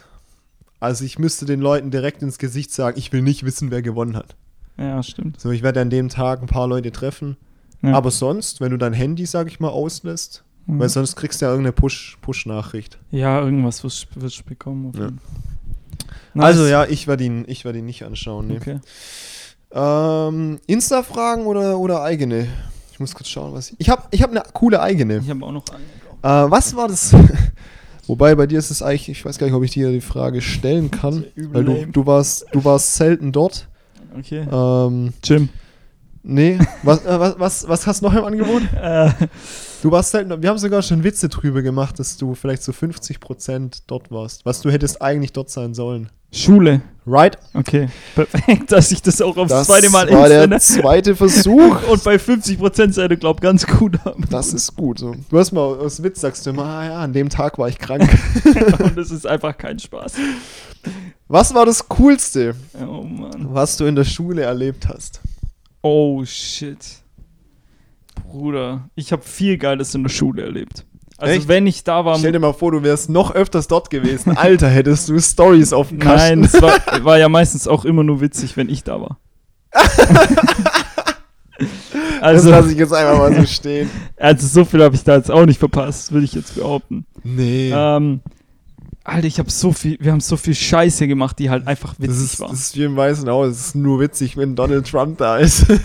Speaker 1: also ich müsste den Leuten direkt ins Gesicht sagen, ich will nicht wissen, wer gewonnen hat.
Speaker 2: Ja, stimmt.
Speaker 1: So, ich werde an dem Tag ein paar Leute treffen.
Speaker 2: Ja.
Speaker 1: Aber sonst, wenn du dein Handy, sag ich mal, auslässt,
Speaker 2: Mhm.
Speaker 1: weil sonst kriegst du ja irgendeine Push- Push-Nachricht.
Speaker 2: Ja, irgendwas wirst wirst du bekommen. auf
Speaker 1: Ja.
Speaker 2: jeden Fall. Nice.
Speaker 1: Also ja, ich werde ihn, ich werd ihn nicht anschauen. Nee.
Speaker 2: Okay.
Speaker 1: Ähm, Insta-Fragen oder, oder eigene? Ich muss kurz schauen, was ich. Ich habe ich hab eine coole eigene.
Speaker 2: Ich habe auch noch eine.
Speaker 1: Äh, was war das? Wobei bei dir ist es eigentlich, ich weiß gar nicht, ob ich dir die Frage stellen kann,
Speaker 2: übel
Speaker 1: weil du,
Speaker 2: lame.
Speaker 1: du warst du warst selten dort.
Speaker 2: Okay.
Speaker 1: Ähm,
Speaker 2: Jim.
Speaker 1: nee, was, äh, was, was, was hast du noch im Angebot?
Speaker 2: Äh,
Speaker 1: Du warst selten dort. Wir haben sogar schon Witze drüber gemacht, dass du vielleicht zu so 50% dort warst, was du hättest eigentlich dort sein sollen.
Speaker 2: Schule.
Speaker 1: Right?
Speaker 2: Okay. Perfekt, dass ich das auch aufs zweite Mal insende.
Speaker 1: zweite Versuch.
Speaker 2: Und bei 50% seid ihr, glaub ganz gut haben.
Speaker 1: Das ist gut. So. Du hast mal aus Witz sagst du immer, ah ja, an dem Tag war ich krank.
Speaker 2: Und das ist einfach kein Spaß.
Speaker 1: Was war das Coolste,
Speaker 2: Oh Mann.
Speaker 1: was du in der Schule erlebt hast?
Speaker 2: Oh shit. Bruder, ich habe viel Geiles in der Schule erlebt. Also
Speaker 1: Echt?
Speaker 2: wenn ich da war,
Speaker 1: Stell dir mal vor, du wärst noch öfters dort gewesen. Alter, hättest du Stories auf dem Kasten.
Speaker 2: Nein, es war, war ja meistens auch immer nur witzig, wenn ich da war.
Speaker 1: das
Speaker 2: also,
Speaker 1: lasse ich jetzt einfach mal so stehen.
Speaker 2: also so viel habe ich da jetzt auch nicht verpasst, würde ich jetzt behaupten.
Speaker 1: Nee.
Speaker 2: Ähm, Alter, ich habe so viel, wir haben so viel Scheiße gemacht, die halt einfach witzig
Speaker 1: das, ist,
Speaker 2: war.
Speaker 1: das ist wie im Weißen Haus. Es ist nur witzig, wenn Donald Trump da ist.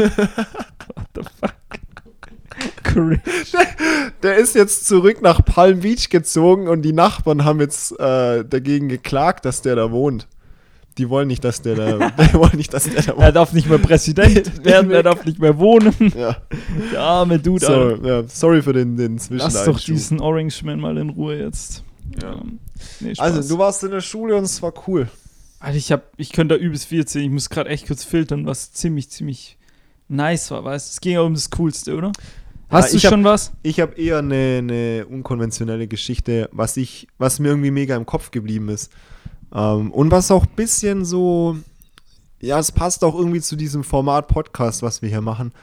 Speaker 2: Cringe.
Speaker 1: Der ist jetzt zurück nach Palm Beach gezogen und die Nachbarn haben jetzt äh, dagegen geklagt, dass der da wohnt. Die wollen nicht, dass der da, die wollen nicht, dass der da
Speaker 2: Er
Speaker 1: wohnt.
Speaker 2: darf nicht mehr Präsident werden, er darf nicht mehr wohnen.
Speaker 1: Ja.
Speaker 2: Der arme Dude,
Speaker 1: So,
Speaker 2: Alter.
Speaker 1: ja, sorry für den, den
Speaker 2: Lass doch
Speaker 1: Zwischeneinschub.
Speaker 2: diesen Orange Man mal in Ruhe jetzt.
Speaker 1: Ja.
Speaker 2: Ähm, nee, Spaß.
Speaker 1: Also, du warst in der Schule und es war cool.
Speaker 2: Alter, ich, hab, ich könnte da übelst viel erzählen. Ich muss gerade echt kurz filtern, was ziemlich, ziemlich nice war, weißt du? Es ging ja um das Coolste, oder? Hast du
Speaker 1: ich hab-
Speaker 2: schon was?
Speaker 1: Ich habe eher eine, eine unkonventionelle Geschichte, was, ich, was mir irgendwie mega im Kopf geblieben ist. Ähm, und was auch ein bisschen so, ja, es passt auch irgendwie zu diesem Format Podcast, was wir hier machen.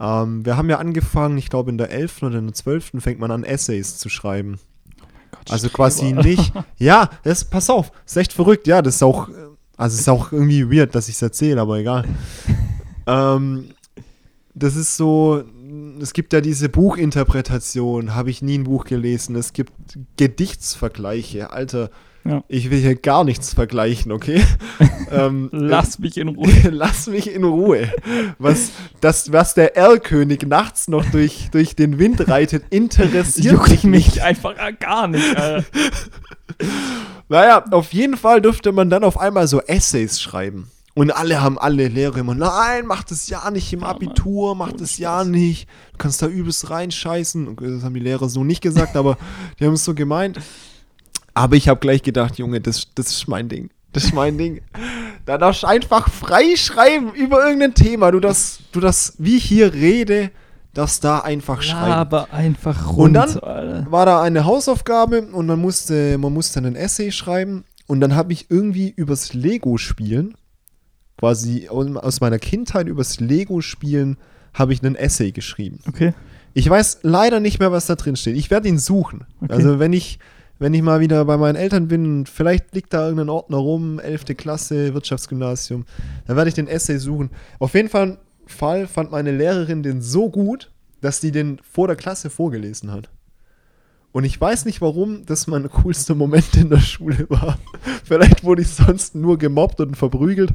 Speaker 1: Ähm, wir haben ja angefangen, ich glaube in der 11. oder in der 12. fängt man an, Essays zu schreiben. Also quasi nicht. Ja, das, pass auf, ist echt verrückt. Ja, das ist auch, äh, also es ist auch irgendwie weird, dass ich es erzähle, aber egal. ähm, das ist so, es gibt ja diese Buchinterpretation, habe ich nie ein Buch gelesen. Es gibt Gedichtsvergleiche, Alter.
Speaker 2: Ja.
Speaker 1: Ich will hier gar nichts vergleichen, okay? ähm,
Speaker 2: Lass mich in Ruhe.
Speaker 1: Lass mich in Ruhe. Was, das, was der Erlkönig nachts noch durch, durch den Wind reitet, interessiert
Speaker 2: Juckt
Speaker 1: mich nicht.
Speaker 2: mich einfach ah, gar nicht, Alter.
Speaker 1: Naja, auf jeden Fall dürfte man dann auf einmal so Essays schreiben. Und alle haben alle Lehrer immer, nein, mach das ja nicht im
Speaker 2: Ja, Mann.
Speaker 1: Abitur, mach
Speaker 2: Ohne
Speaker 1: das
Speaker 2: Spaß.
Speaker 1: ja nicht. Du kannst da übelst reinscheißen. Und Das haben die Lehrer so nicht gesagt, aber die haben es so gemeint. Aber ich habe gleich gedacht, Junge, das, das ist mein Ding. Das ist mein Ding. Da darfst du einfach frei schreiben über irgendein Thema. Du das, du das, wie ich hier rede, darfst da einfach schreiben
Speaker 2: Aber einfach
Speaker 1: Und
Speaker 2: runter,
Speaker 1: dann-
Speaker 2: Alter.
Speaker 1: war da eine Hausaufgabe und man musste, man musste einen Essay schreiben. Und dann habe ich irgendwie übers Lego-Spielen, quasi aus aus meiner Kindheit übers Lego-Spielen, habe ich einen Essay geschrieben.
Speaker 2: Okay.
Speaker 1: Ich weiß leider nicht mehr, was da drin steht. Ich werde ihn suchen.
Speaker 2: Okay.
Speaker 1: Also wenn ich, wenn ich mal wieder bei meinen Eltern bin und vielleicht liegt da irgendein Ordner rum, 11. Klasse, Wirtschaftsgymnasium, dann werde ich den Essay suchen. Auf jeden Fall, Fall fand meine Lehrerin den so gut, dass sie den vor der Klasse vorgelesen hat. Und ich weiß nicht warum, das mein coolster Moment in der Schule war. Vielleicht wurde ich sonst nur gemobbt und verprügelt.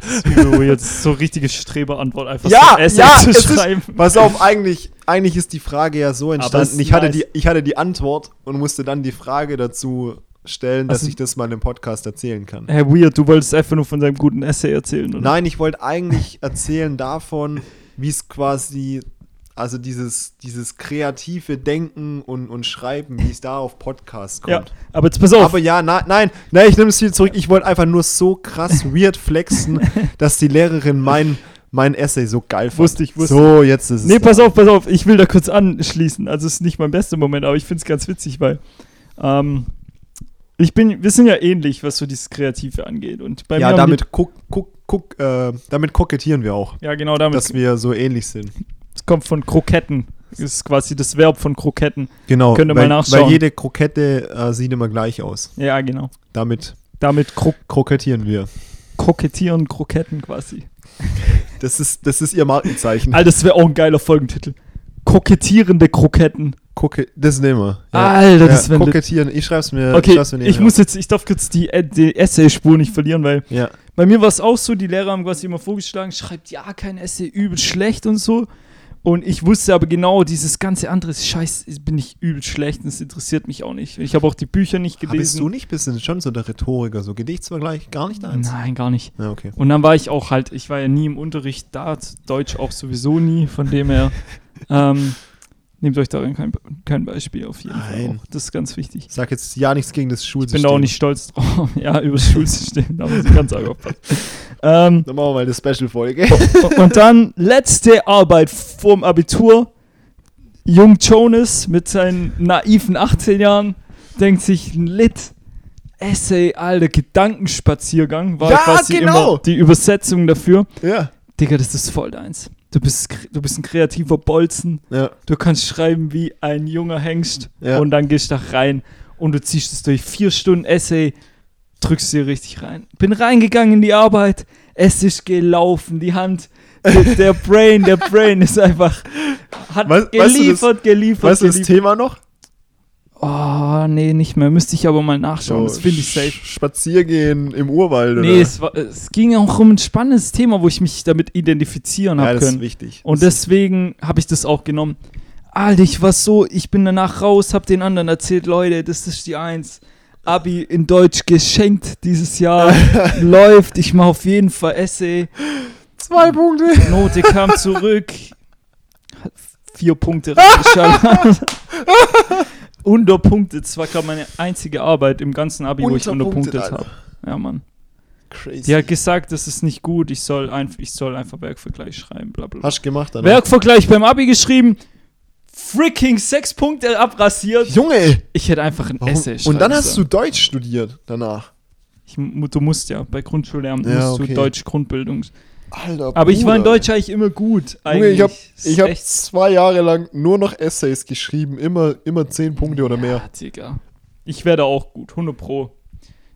Speaker 2: jetzt so richtige Streberantwort einfach
Speaker 1: Ja,
Speaker 2: so Essay
Speaker 1: ja,
Speaker 2: zu
Speaker 1: es
Speaker 2: schreiben.
Speaker 1: ist, pass auf, eigentlich, eigentlich ist die Frage ja so
Speaker 2: es ist
Speaker 1: entstanden. Ich hatte,
Speaker 2: nice.
Speaker 1: die, ich hatte die Antwort und musste dann die Frage dazu stellen, dass
Speaker 2: Also-
Speaker 1: ich das mal im Podcast erzählen kann.
Speaker 2: Hey, weird, du wolltest einfach nur von deinem guten Essay erzählen, Äh, oder?
Speaker 1: Nein, ich wollte eigentlich erzählen davon, wie es quasi, also dieses, dieses kreative Denken und, und Schreiben, wie es da auf Podcast kommt.
Speaker 2: Ja, aber jetzt pass auf.
Speaker 1: Aber ja, na, nein, nein, ich nehme es viel zurück. Ich wollte einfach nur so krass weird flexen, dass die Lehrerin mein, mein Essay so geil fand.
Speaker 2: Wusste ich, wusste
Speaker 1: So, jetzt ist es.
Speaker 2: Nee, pass auf, pass auf, ich will da kurz anschließen. Also es ist nicht mein bester Moment, aber ich finde es ganz witzig, weil ähm, ich bin, wir sind ja ähnlich, was so dieses Kreative angeht. Und bei mir
Speaker 1: ja,
Speaker 2: haben
Speaker 1: damit, guck, guck, guck, äh, damit kokettieren wir auch,
Speaker 2: die, ja genau, damit
Speaker 1: dass wir so ähnlich sind.
Speaker 2: es kommt von Kroketten. Das ist quasi das Verb von Kroketten.
Speaker 1: Genau,
Speaker 2: Könnt ihr
Speaker 1: weil,
Speaker 2: mal nachschauen.
Speaker 1: weil jede Krokette äh, sieht immer gleich aus.
Speaker 2: Ja, genau.
Speaker 1: Damit
Speaker 2: Damit kro
Speaker 1: krokettieren wir.
Speaker 2: kokettieren Kroketten quasi.
Speaker 1: Das ist, das ist ihr Markenzeichen.
Speaker 2: Alter, das wäre auch ein geiler Folgentitel. Kokettierende Kroketten.
Speaker 1: Koke das nehmen wir.
Speaker 2: Alter, das wär lit.
Speaker 1: Kokettieren, ich schreib's mir.
Speaker 2: Okay,
Speaker 1: schreib's mir
Speaker 2: ich
Speaker 1: nebenher.
Speaker 2: muss jetzt, ich darf kurz die, äh, die Essay-Spur nicht verlieren, weil
Speaker 1: Ja.
Speaker 2: Bei mir war es auch so, die Lehrer haben quasi immer vorgeschlagen, schreibt ja kein Essay, übel schlecht und so. Und ich wusste aber genau, dieses ganze andere Scheiß bin ich übel schlecht und es interessiert mich auch nicht. Ich habe auch die Bücher nicht
Speaker 1: Aber Ah, bist du
Speaker 2: gelesen.
Speaker 1: nicht bisschen schon so der Rhetoriker, so Gedichtsvergleich, gar nicht eins?
Speaker 2: Nein, gar nicht.
Speaker 1: Ja, okay.
Speaker 2: Und dann war ich auch halt, ich war ja nie im Unterricht da, Deutsch auch sowieso nie, von dem her. ähm, nehmt euch darin kein, kein Beispiel auf jeden Fall.
Speaker 1: Nein.
Speaker 2: Auch. Das ist ganz wichtig.
Speaker 1: Sag jetzt ja nichts gegen das
Speaker 2: Bin
Speaker 1: Schulsystem.
Speaker 2: da auch nicht stolz drauf. ja, über das Schulsystem, da muss ich ganz arg aufpassen. Ähm,
Speaker 1: Dann machen wir mal eine Special-Folge.
Speaker 2: Oh. und dann letzte Arbeit vorm Abitur. Jung Jonas mit seinen naiven 18 Jahren denkt sich ein Lit. Essay, alter Gedankenspaziergang war
Speaker 1: Ja,
Speaker 2: quasi
Speaker 1: genau.
Speaker 2: immer die Übersetzung dafür.
Speaker 1: ja.
Speaker 2: Digga, das ist voll deins. Du bist, kre- du bist ein kreativer Bolzen.
Speaker 1: Ja.
Speaker 2: Du kannst schreiben wie ein junger Hengst
Speaker 1: Ja.
Speaker 2: und dann gehst du da rein und du ziehst es durch vier Stunden Essay, drückst dir richtig rein. Bin reingegangen in die Arbeit, es ist gelaufen, die Hand, der, der Brain, der Brain ist einfach, hat
Speaker 1: Weißt- weißt du das-
Speaker 2: geliefert, geliefert,
Speaker 1: Weißt du das
Speaker 2: geliefert.
Speaker 1: Thema noch?
Speaker 2: Oh, nee, nicht mehr, müsste ich aber mal nachschauen, das finde ich
Speaker 1: Sch-
Speaker 2: safe.
Speaker 1: Spaziergehen im Urwald
Speaker 2: Nee, es, war, es ging auch um ein spannendes Thema, wo ich mich damit identifizieren
Speaker 1: ja,
Speaker 2: habe
Speaker 1: das ist
Speaker 2: können.
Speaker 1: wichtig.
Speaker 2: Und
Speaker 1: das
Speaker 2: deswegen habe ich das auch genommen. Alter, ich war so, ich bin danach raus, hab den anderen erzählt, Leute, das ist die Eins. Abi in Deutsch geschenkt dieses Jahr. läuft, ich mache auf jeden Fall Essay.
Speaker 1: zwei Punkte.
Speaker 2: Note kam zurück. Hat Vier Punkte reingeschallert. Unterpunkte, das war gerade meine einzige Arbeit im ganzen Abi, wo ich
Speaker 1: Unterpunktet,
Speaker 2: unterpunktet habe.
Speaker 1: Alter.
Speaker 2: Ja, Mann.
Speaker 1: Crazy.
Speaker 2: Die hat gesagt, das ist nicht gut, ich soll, ein, ich soll einfach Werkvergleich schreiben, bla bla bla.
Speaker 1: Hast du gemacht, dann?
Speaker 2: Werkvergleich beim Abi geschrieben, freaking sechs Punkte abrasiert.
Speaker 1: Junge!
Speaker 2: Ich hätte einfach ein
Speaker 1: Warum?
Speaker 2: Essay
Speaker 1: Und dann
Speaker 2: schreiben
Speaker 1: hast du
Speaker 2: sollen.
Speaker 1: Deutsch studiert danach.
Speaker 2: Ich, mu- du musst ja, bei Grundschullehramt
Speaker 1: Ja,
Speaker 2: musst
Speaker 1: okay.
Speaker 2: du Deutsch Grundbildung.
Speaker 1: Alter,
Speaker 2: Aber ich war in
Speaker 1: Bruder.
Speaker 2: Deutsch eigentlich immer gut.
Speaker 1: Junge,
Speaker 2: Eigentlich.
Speaker 1: ich habe ich hab
Speaker 2: Echt-
Speaker 1: zwei Jahre lang nur noch Essays geschrieben, immer, immer zehn Punkte oder mehr.
Speaker 2: Ja, Ah, Digga. Ich werde auch gut, 100 Pro.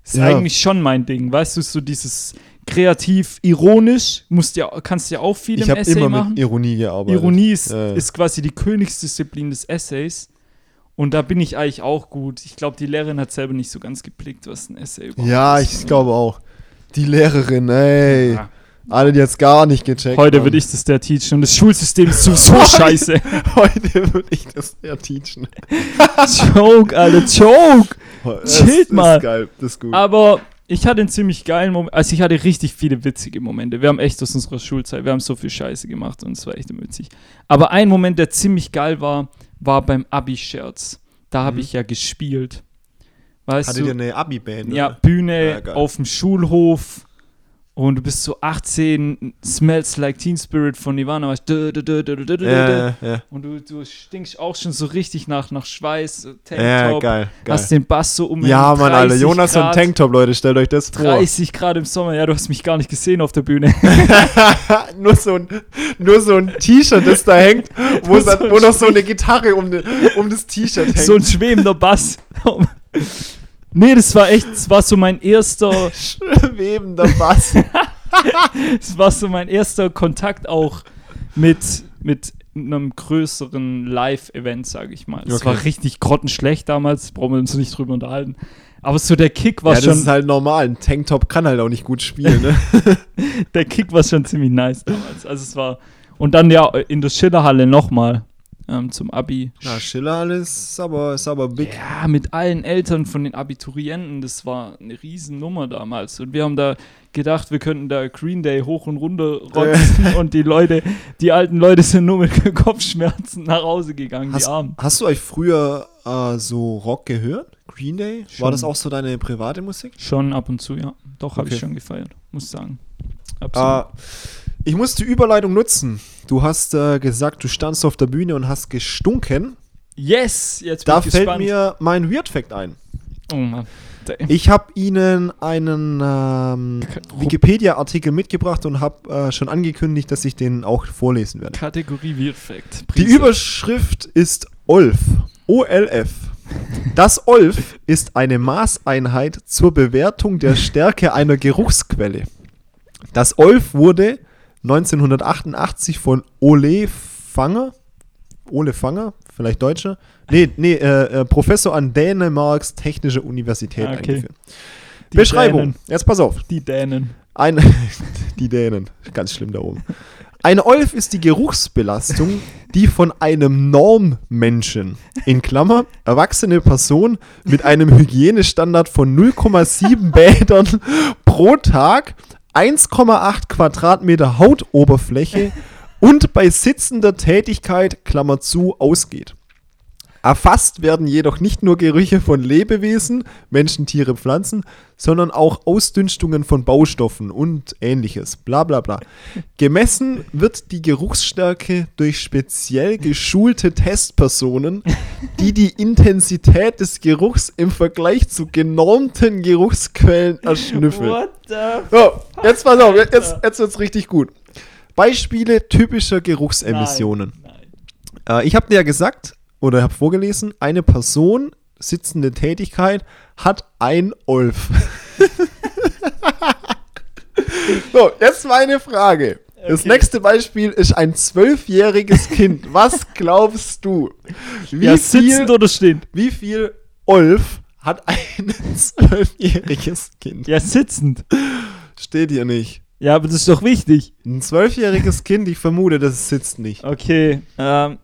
Speaker 2: Ist
Speaker 1: Ja.
Speaker 2: eigentlich schon mein Ding, weißt du, so dieses kreativ, ironisch, musst ja, kannst ja auch viel
Speaker 1: Ich
Speaker 2: im
Speaker 1: habe
Speaker 2: Essay
Speaker 1: immer
Speaker 2: machen.
Speaker 1: mit Ironie gearbeitet.
Speaker 2: Ironie ist,
Speaker 1: also, Ja, ja.
Speaker 2: ist quasi die Königsdisziplin des Essays. Und da bin ich eigentlich auch gut. Ich glaube, die Lehrerin hat selber nicht so ganz geblickt, was ein Essay überhaupt
Speaker 1: Ja,
Speaker 2: ist.
Speaker 1: ich glaube auch. Die Lehrerin, ey.
Speaker 2: Ja.
Speaker 1: Alle, die jetzt gar nicht gecheckt
Speaker 2: Heute
Speaker 1: haben.
Speaker 2: würde ich das der teachen und das Schulsystem ist sowieso scheiße.
Speaker 1: Heute würde ich das ja teachen.
Speaker 2: Joke, Alter, Joke.
Speaker 1: Das,
Speaker 2: Chillt
Speaker 1: das
Speaker 2: mal.
Speaker 1: Ist geil, das ist gut.
Speaker 2: Aber ich hatte einen ziemlich geilen Moment. Also ich hatte richtig viele witzige Momente. Wir haben echt aus unserer Schulzeit, wir haben so viel Scheiße gemacht und es war echt immer witzig. Aber ein Moment, der ziemlich geil war, war beim Abi-Scherz. Da habe
Speaker 1: Mhm.
Speaker 2: ich ja gespielt. Weißt
Speaker 1: Hattet
Speaker 2: du?
Speaker 1: ihr eine Abi-Band?
Speaker 2: Ja,
Speaker 1: oder? Ja,
Speaker 2: Bühne
Speaker 1: geil.
Speaker 2: auf dem Schulhof und du bist so 18, smells like Teen Spirit von Nirvana, weißt du, dö, dö, dö, dö, dö, dö, dö.
Speaker 1: Ja, ja,
Speaker 2: und du, du stinkst auch schon so richtig nach, nach Schweiß, äh,
Speaker 1: ja. ja
Speaker 2: Tanktop,
Speaker 1: geil. geil.
Speaker 2: hast den Bass so um
Speaker 1: Ja, Mann, Alter.
Speaker 2: 30
Speaker 1: Jonas
Speaker 2: Grad,
Speaker 1: und Tanktop, Leute, stellt euch das vor.
Speaker 2: 30 Grad im Sommer, ja, du hast mich gar nicht gesehen auf der Bühne.
Speaker 1: nur so ein, nur so ein T-Shirt, das da hängt, wo,
Speaker 2: So
Speaker 1: es- wo noch so eine Gitarre um, ne, um das T-Shirt hängt.
Speaker 2: so ein schwebender Bass. nee, das war echt, das war so mein erster,
Speaker 1: schwebender Bass.
Speaker 2: das war so mein erster Kontakt auch mit, mit einem größeren Live-Event, sage ich mal. Es
Speaker 1: Okay.
Speaker 2: war richtig grottenschlecht damals, brauchen wir uns nicht drüber unterhalten. Aber so der Kick war
Speaker 1: ja, das
Speaker 2: schon,
Speaker 1: ist halt normal. Ein Tanktop kann halt auch nicht gut spielen, ne?
Speaker 2: der Kick war schon ziemlich nice damals. Also es war und dann ja in der Schillerhalle nochmal ähm, zum Abi.
Speaker 1: Na, Schiller alles ist aber, ist aber big.
Speaker 2: Ja, mit allen Eltern von den Abiturienten, das war eine Riesennummer damals. Und wir haben da gedacht, wir könnten da Green Day hoch und runter rotzen und die Leute, die alten Leute sind nur mit Kopfschmerzen nach Hause gegangen,
Speaker 1: Hast,
Speaker 2: die Armen.
Speaker 1: hast du euch früher äh, so Rock gehört? Green Day? War
Speaker 2: Schon.
Speaker 1: das auch so deine private Musik?
Speaker 2: Schon ab und zu, ja. Doch, habe ich
Speaker 1: Okay.
Speaker 2: schon gefeiert, muss sagen.
Speaker 1: Äh,
Speaker 2: Absolut.
Speaker 1: ich muss die Überleitung nutzen. Du hast äh, gesagt, du standst auf der Bühne und hast gestunken.
Speaker 2: yes, jetzt bin
Speaker 1: Da
Speaker 2: ich
Speaker 1: fällt
Speaker 2: gespannt.
Speaker 1: mir mein Weird Fact ein.
Speaker 2: oh Mann. Damn.
Speaker 1: Ich habe Ihnen einen ähm,
Speaker 2: Rup-
Speaker 1: Wikipedia-Artikel mitgebracht und habe äh, schon angekündigt, dass ich den auch vorlesen werde.
Speaker 2: Kategorie Weird Fact.
Speaker 1: Die
Speaker 2: Prise.
Speaker 1: Überschrift ist OLF. OLF. Das OLF ist eine Maßeinheit zur Bewertung der Stärke einer Geruchsquelle. Das OLF wurde 1988 von Ole Fanger, Ole Fanger, vielleicht Deutscher, nee, nee, äh, äh, Professor an Dänemarks Technische Universität
Speaker 2: Ah, okay.
Speaker 1: eingeführt.
Speaker 2: Die
Speaker 1: Beschreibung.
Speaker 2: Dänen.
Speaker 1: Jetzt pass auf.
Speaker 2: Die Dänen.
Speaker 1: Ein, die Dänen, ganz schlimm da oben. Ein Olf ist die Geruchsbelastung, die von einem Normmenschen, in Klammer, erwachsene Person mit einem Hygienestandard von 0,7 Bädern pro Tag, 1,8 Quadratmeter Hautoberfläche und bei sitzender Tätigkeit, Klammer zu, ausgeht. Erfasst werden jedoch nicht nur Gerüche von Lebewesen, Menschen, Tiere, Pflanzen, sondern auch Ausdünstungen von Baustoffen und ähnliches. Bla bla bla. Gemessen wird die Geruchsstärke durch speziell geschulte Testpersonen, die die Intensität des Geruchs im Vergleich zu genormten Geruchsquellen erschnüffeln.
Speaker 3: What the
Speaker 1: So, jetzt pass auf, jetzt, jetzt wird's richtig gut. Beispiele typischer Geruchsemissionen.
Speaker 3: Nein.
Speaker 1: Äh, ich habe dir ja gesagt oder habe vorgelesen, eine Person sitzende Tätigkeit hat ein Olf. so, jetzt meine Frage. Das
Speaker 3: Okay.
Speaker 1: nächste Beispiel ist ein zwölfjähriges Kind. Was glaubst du? Wie,
Speaker 2: ja, sitzend
Speaker 1: viel,
Speaker 2: oder stehend?
Speaker 1: wie viel Olf hat ein zwölfjähriges Kind?
Speaker 2: Ja, sitzend.
Speaker 1: Steht hier nicht.
Speaker 2: Ja, aber das ist doch wichtig.
Speaker 1: Ein zwölfjähriges Kind, ich vermute, das sitzt nicht.
Speaker 2: Okay, ähm,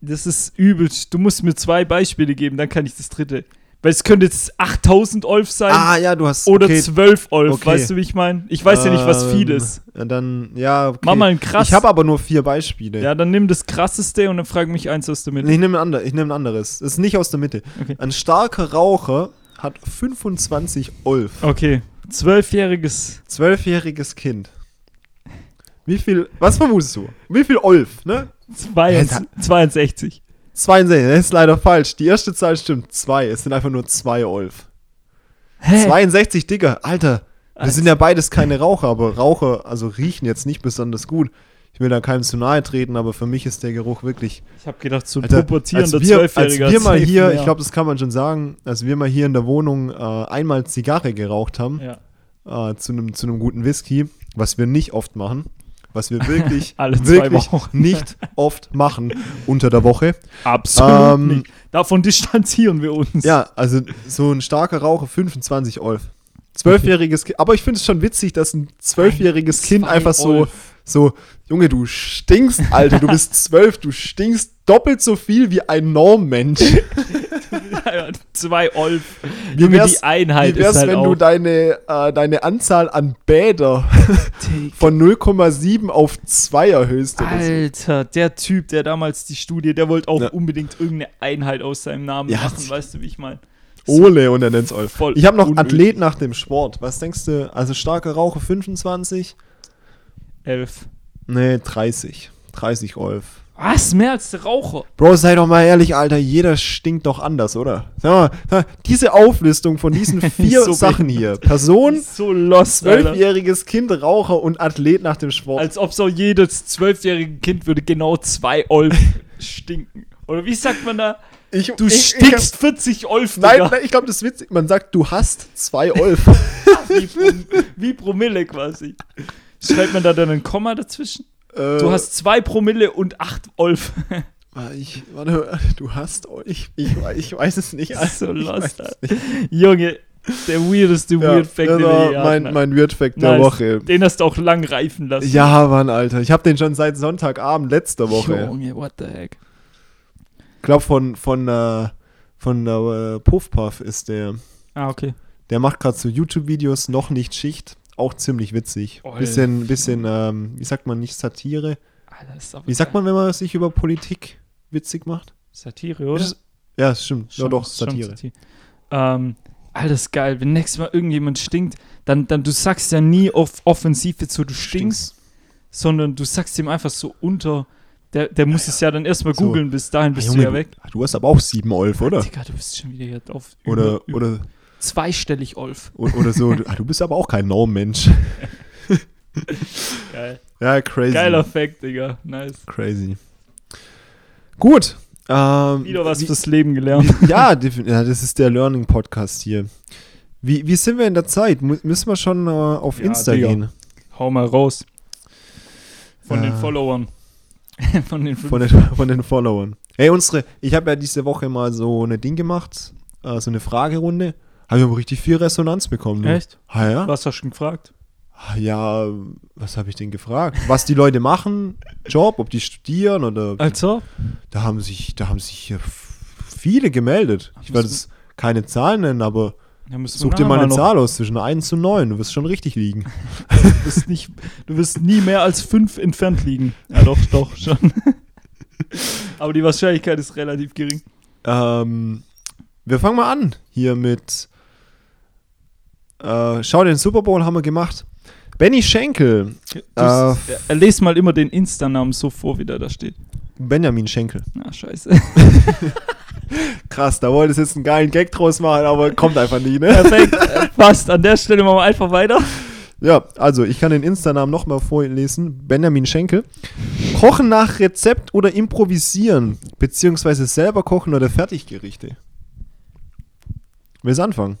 Speaker 2: das ist übelst. Du musst mir zwei Beispiele geben, dann kann ich das dritte. Weil es könnte jetzt 8000 Olf sein
Speaker 1: Ah, ja, du hast.
Speaker 2: oder
Speaker 1: okay.
Speaker 2: 12 Olf.
Speaker 1: Okay.
Speaker 2: Weißt du, wie ich meine? Ich weiß ja nicht, was viel
Speaker 1: Ähm,
Speaker 2: ist.
Speaker 1: Dann, ja, okay.
Speaker 2: Mach mal ein krass.
Speaker 1: Ich habe aber nur vier Beispiele.
Speaker 2: Ja, dann nimm das krasseste und dann frag mich eins aus der Mitte.
Speaker 1: Nee, Ich nehme ein, ander, ich nehm ein anderes. Das ist nicht aus der Mitte.
Speaker 2: Okay.
Speaker 1: Ein starker Raucher hat 25 Olf.
Speaker 2: Okay, zwölfjähriges.
Speaker 1: Zwölfjähriges Kind. Wie viel, was vermutest du? Wie viel Olf, ne?
Speaker 2: 62. 62.
Speaker 1: 62, das ist leider falsch. Die erste Zahl stimmt, zwei. Es sind einfach nur zwei Olf.
Speaker 2: Hä?
Speaker 1: 62, Digga, Alter. Wir
Speaker 2: Äh. Alter.
Speaker 1: sind ja beides keine Raucher, aber Raucher, also riechen jetzt nicht besonders gut. Ich will da keinem zu nahe treten, aber für mich ist der Geruch wirklich
Speaker 2: Ich habe gedacht, so ein
Speaker 1: Alter,
Speaker 2: pubertierender
Speaker 1: als wir,
Speaker 2: Zwölfjähriger.
Speaker 1: Als wir
Speaker 2: hat
Speaker 1: mal
Speaker 2: safe
Speaker 1: hier,
Speaker 2: mehr.
Speaker 1: ich glaube, das kann man schon sagen, als wir mal hier in der Wohnung äh, einmal Zigarre geraucht haben,
Speaker 2: Ja.
Speaker 1: äh, zu einem zu einem guten Whisky, was wir nicht oft machen, was wir wirklich,
Speaker 2: Alle zwei
Speaker 1: wirklich
Speaker 2: Wochen.
Speaker 1: nicht oft machen unter der Woche.
Speaker 2: Absolut
Speaker 1: Ähm,
Speaker 2: nicht. Davon distanzieren wir uns.
Speaker 1: Ja, also so ein starker Raucher, 25 Olf. Zwölfjähriges Kind, aber ich finde es schon witzig, dass ein zwölfjähriges Kind
Speaker 2: zwei
Speaker 1: einfach so,
Speaker 2: Olf.
Speaker 1: so, Junge, du stinkst, Alter, du bist zwölf, du stinkst doppelt so viel wie ein Normmensch.
Speaker 2: Zwei Olf.
Speaker 1: Wie
Speaker 2: Junge,
Speaker 1: wär's-
Speaker 2: die Einheit
Speaker 1: Wie wär's,
Speaker 2: ist halt
Speaker 1: wenn
Speaker 2: auch.
Speaker 1: du deine, äh, deine Anzahl an Bäder von 0,7 auf 2 erhöhst? oder so?
Speaker 2: Alter, der Typ, der damals die Studie, der wollte auch
Speaker 1: Ja.
Speaker 2: unbedingt irgendeine Einheit aus seinem Namen
Speaker 1: Ja.
Speaker 2: machen, weißt du, wie ich meine?
Speaker 1: Ole und er nennt's Olf.
Speaker 2: Voll
Speaker 1: Ich habe noch
Speaker 2: unnötig.
Speaker 1: Athlet nach dem Sport. Was denkst du? Also starke Rauche 25?
Speaker 2: Elf.
Speaker 1: Nee, 30. 30 Olf.
Speaker 2: Was? Mehr als der Raucher?
Speaker 1: Bro, sei doch mal ehrlich, Alter, jeder stinkt doch anders, oder? Sag mal, sag mal, diese Auflistung von diesen vier
Speaker 2: So
Speaker 1: Sachen hier. Person,
Speaker 2: So lost, Alter.
Speaker 1: zwölfjähriges Kind, Raucher und Athlet nach dem Sport.
Speaker 2: Als ob so jedes zwölfjährige Kind würde genau zwei Olf stinken. Oder wie sagt man da?
Speaker 1: Ich-
Speaker 2: Du
Speaker 1: ich- ich hab-
Speaker 2: stinkst 40 Olf,
Speaker 1: Nein,
Speaker 2: Digga.
Speaker 1: nein, ich glaube, das ist witzig. Man sagt, du hast zwei Olf.
Speaker 2: Wie, Pro, wie Promille quasi. Schreibt man da dann ein Komma dazwischen? Du hast zwei Promille und acht Olf.
Speaker 1: Äh, Warte, Ich, warte, du hast Olf. Ich, ich, ich weiß es nicht.
Speaker 2: Das ist so
Speaker 1: Ich weiß es
Speaker 2: lost, Alter. Junge, der weirdeste
Speaker 1: Ja,
Speaker 2: Weird Fact,
Speaker 1: das
Speaker 2: den wir
Speaker 1: war
Speaker 2: je hatten,
Speaker 1: mein,
Speaker 2: Alter.
Speaker 1: mein Weird Fact der
Speaker 2: Nice.
Speaker 1: Woche.
Speaker 2: Den hast du auch lang reifen lassen.
Speaker 1: Ja, Mann, Alter. Ich habe den schon seit Sonntagabend letzter Woche.
Speaker 2: Junge, what the heck.
Speaker 1: Ich glaube, von, von, äh, von äh, Puff Puff ist der.
Speaker 2: Ah, okay.
Speaker 1: Der macht gerade so YouTube-Videos, noch nicht Schicht. Auch ziemlich witzig.
Speaker 2: Olf.
Speaker 1: Bisschen, bisschen ähm, wie sagt man, nicht Satire.
Speaker 2: Alter, ist aber
Speaker 1: Wie sagt man, wenn man sich über Politik witzig macht?
Speaker 2: Satire, oder?
Speaker 1: Ist- Ja, das stimmt. ja,
Speaker 2: Schon-
Speaker 1: doch,
Speaker 2: schon
Speaker 1: Satire.
Speaker 2: Ähm, alles geil. Wenn nächstes Mal irgendjemand stinkt, dann, dann du sagst ja nie auf Offensiv jetzt so, du stinkst, sondern du sagst ihm einfach so unter. Der, der muss es ja dann erstmal
Speaker 1: So.
Speaker 2: googeln, bis dahin bist
Speaker 1: Ah,
Speaker 2: du
Speaker 1: Junge,
Speaker 2: ja weg.
Speaker 1: Du, du hast aber auch 7 Olf, oder?
Speaker 2: Digga, du bist schon wieder hier auf
Speaker 1: Oder,
Speaker 2: über,
Speaker 1: oder,
Speaker 2: zweistellig Olf.
Speaker 1: oder, oder so. Du, ah, du bist aber auch kein No-Mensch.
Speaker 2: Geil.
Speaker 1: Ja, crazy.
Speaker 2: Geiler Fact, Digga. Nice.
Speaker 1: Crazy. Gut. Ähm,
Speaker 2: Wieder was
Speaker 1: wie,
Speaker 2: fürs Leben gelernt.
Speaker 1: ja, defin- ja, das ist der Learning-Podcast hier. Wie, wie sind wir in der Zeit? Mu müssen wir schon äh, auf
Speaker 2: Ja,
Speaker 1: Insta
Speaker 2: Digga.
Speaker 1: gehen?
Speaker 2: Hau mal raus. Von den
Speaker 1: Ja.
Speaker 2: Followern. Von den fünf.
Speaker 1: Von den, von den Followern. Hey, unsere, ich habe ja diese Woche mal so eine Ding gemacht, äh, so eine Fragerunde. Habe ich aber richtig viel Resonanz bekommen. ne?
Speaker 2: Echt?
Speaker 1: Ah ja? Ah,
Speaker 2: Was hast du schon gefragt?
Speaker 1: Ja, was habe ich denn gefragt? Was die Leute machen, Job, ob die studieren oder.
Speaker 2: Also,
Speaker 1: Da haben sich, da haben sich hier viele gemeldet. Ich werde jetzt keine Zahlen nennen, aber
Speaker 2: da müssen wir
Speaker 1: such dir
Speaker 2: nachher
Speaker 1: mal eine
Speaker 2: noch-
Speaker 1: Zahl aus zwischen 1 und 9. Du wirst schon richtig liegen.
Speaker 2: Du wirst, nicht, du wirst nie mehr als fünf entfernt liegen. Ja, doch, doch, schon. Aber die Wahrscheinlichkeit ist relativ gering.
Speaker 1: Ähm, wir fangen mal an hier mit. Äh, schau, den Super Bowl haben wir gemacht. Benny Schenkel,
Speaker 2: Du, äh, lest mal immer den Insta-Namen so vor, wie der da steht.
Speaker 1: Benjamin Schenkel.
Speaker 2: Na, scheiße.
Speaker 1: Krass, da wolltest du jetzt einen geilen Gag draus machen, aber kommt einfach nie, ne?
Speaker 2: Perfekt. Äh, Passt. An der Stelle machen wir einfach weiter.
Speaker 1: Ja, also ich kann den Insta-Namen nochmal vorlesen. Benjamin Schenkel. Kochen nach Rezept oder improvisieren, beziehungsweise selber kochen oder Fertiggerichte. Willst du anfangen?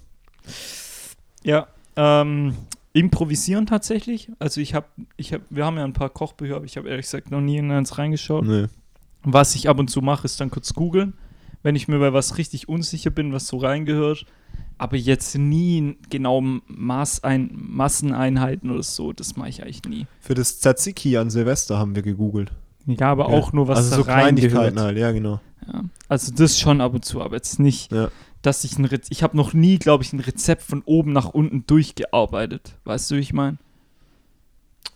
Speaker 2: Ja, ähm, improvisieren tatsächlich. Also ich habe, ich hab, wir haben ja ein paar Kochbücher, aber ich habe ehrlich gesagt noch nie in eins reingeschaut.
Speaker 1: Nee.
Speaker 2: Was ich ab und zu mache, ist dann kurz googeln, wenn ich mir bei was richtig unsicher bin, was so reingehört. Aber jetzt nie in genauen Maß ein, Masseneinheiten oder so, das mache ich eigentlich nie.
Speaker 1: Für das Tzatziki an Silvester haben wir gegoogelt.
Speaker 2: Ja, aber auch nur was
Speaker 1: also
Speaker 2: da
Speaker 1: so Kleinigkeiten
Speaker 2: reingehört.
Speaker 1: halt, ja genau.
Speaker 2: Ja. Also das schon ab und zu, aber jetzt nicht,
Speaker 1: Ja.
Speaker 2: dass ich ein Rezept, ich habe noch nie, glaube ich, ein Rezept von oben nach unten durchgearbeitet. Weißt du, wie ich meine?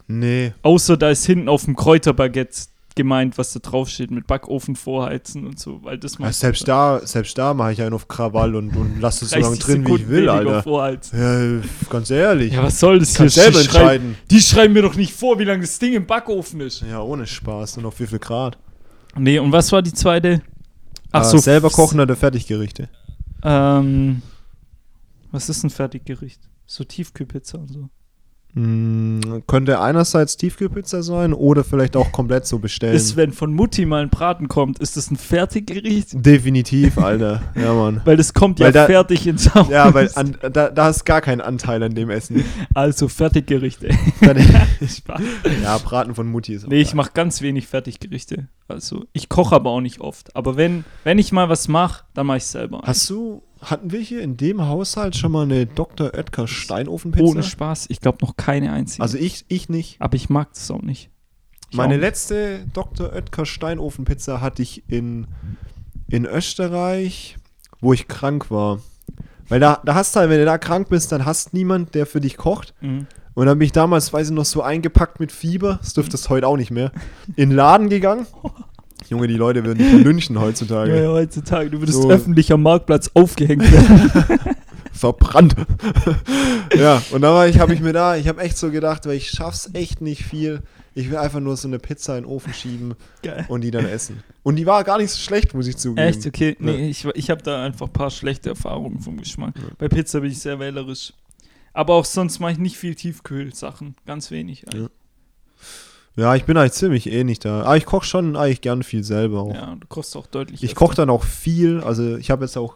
Speaker 1: Nee,
Speaker 2: Außer da ist hinten auf dem Kräuterbaguette gemeint, was da drauf steht mit Backofen vorheizen und so, weil das
Speaker 1: also selbst da, selbst da mache ich einen auf Krawall und, und lasse es so
Speaker 2: 30
Speaker 1: lange drin, wie ich
Speaker 2: Sekunden
Speaker 1: will,
Speaker 2: weniger
Speaker 1: Alter.
Speaker 2: Vorheizen.
Speaker 1: Ja, ganz ehrlich.
Speaker 2: Ja, was soll das hier?
Speaker 1: Kannst selber
Speaker 2: Die schreiben-
Speaker 1: entscheiden.
Speaker 2: Die schreiben mir doch nicht vor, wie lange das Ding im Backofen ist.
Speaker 1: Ja, ohne Spaß und auf wie viel Grad.
Speaker 2: Nee, und was war die zweite?
Speaker 1: Äh, selber kochen oder Fertiggerichte.
Speaker 2: Ähm, was ist ein Fertiggericht? So Tiefkühlpizza und so.
Speaker 1: Mm, könnte einerseits Tiefkühlpizza sein oder vielleicht auch komplett so bestellen.
Speaker 2: Ist, wenn von Mutti mal ein Braten kommt, ist das ein Fertiggericht?
Speaker 1: Definitiv, Alter. ja, Mann.
Speaker 2: Weil das kommt ja
Speaker 1: Weil da-
Speaker 2: fertig ins Haus.
Speaker 1: Ja, weil an, da, da hast gar keinen Anteil an dem Essen.
Speaker 2: also Fertiggerichte. Spaß.
Speaker 1: ja, Braten von Mutti ist auch
Speaker 2: Nee, ich
Speaker 1: geil.
Speaker 2: mache ganz wenig Fertiggerichte. Also ich koche aber auch nicht oft. Aber wenn, wenn ich mal was mache, dann mache ich selber.
Speaker 1: Hast du, hatten wir hier in dem Haushalt schon mal eine Dr. Oetker Steinofenpizza?
Speaker 2: Ohne Spaß. Ich glaube noch keine einzige.
Speaker 1: also ich, ich nicht.
Speaker 2: aber ich mag das auch nicht. Ich
Speaker 1: Meine
Speaker 2: auch nicht.
Speaker 1: letzte Dr. Oetker Steinofenpizza hatte ich in, in Österreich, wo ich krank war. Weil da, da hast du halt, wenn du da krank bist, dann hast niemand, der für dich kocht.
Speaker 2: Mhm.
Speaker 1: Und dann bin ich damals, weiß ich noch, so eingepackt mit Fieber, das dürftest heute auch nicht mehr, in den Laden gegangen. Junge, die Leute würden dich lynchen heutzutage.
Speaker 2: Ja, ja, heutzutage, du würdest
Speaker 1: So.
Speaker 2: öffentlich am Marktplatz aufgehängt werden.
Speaker 1: Verbrannt. ja, und da war ich, habe ich mir da, ich habe echt so gedacht, weil ich schaff's echt nicht viel. Ich will einfach nur so eine Pizza in den Ofen schieben
Speaker 2: Geil.
Speaker 1: und die dann essen. Und die war gar nicht so schlecht, muss ich zugeben.
Speaker 2: Echt? Okay.
Speaker 1: Ja.
Speaker 2: Nee, ich, ich habe da einfach ein paar schlechte Erfahrungen vom Geschmack. Bei Pizza bin ich sehr wählerisch. Aber auch sonst mache ich nicht viel Tiefkühlsachen. Ganz wenig. eigentlich.
Speaker 1: Ja, ich bin eigentlich ziemlich ähnlich da. Aber ich koche schon eigentlich gern viel selber auch.
Speaker 2: Ja, du kochst auch deutlich.
Speaker 1: Ich
Speaker 2: öfter.
Speaker 1: koche dann auch viel. Also ich habe jetzt auch,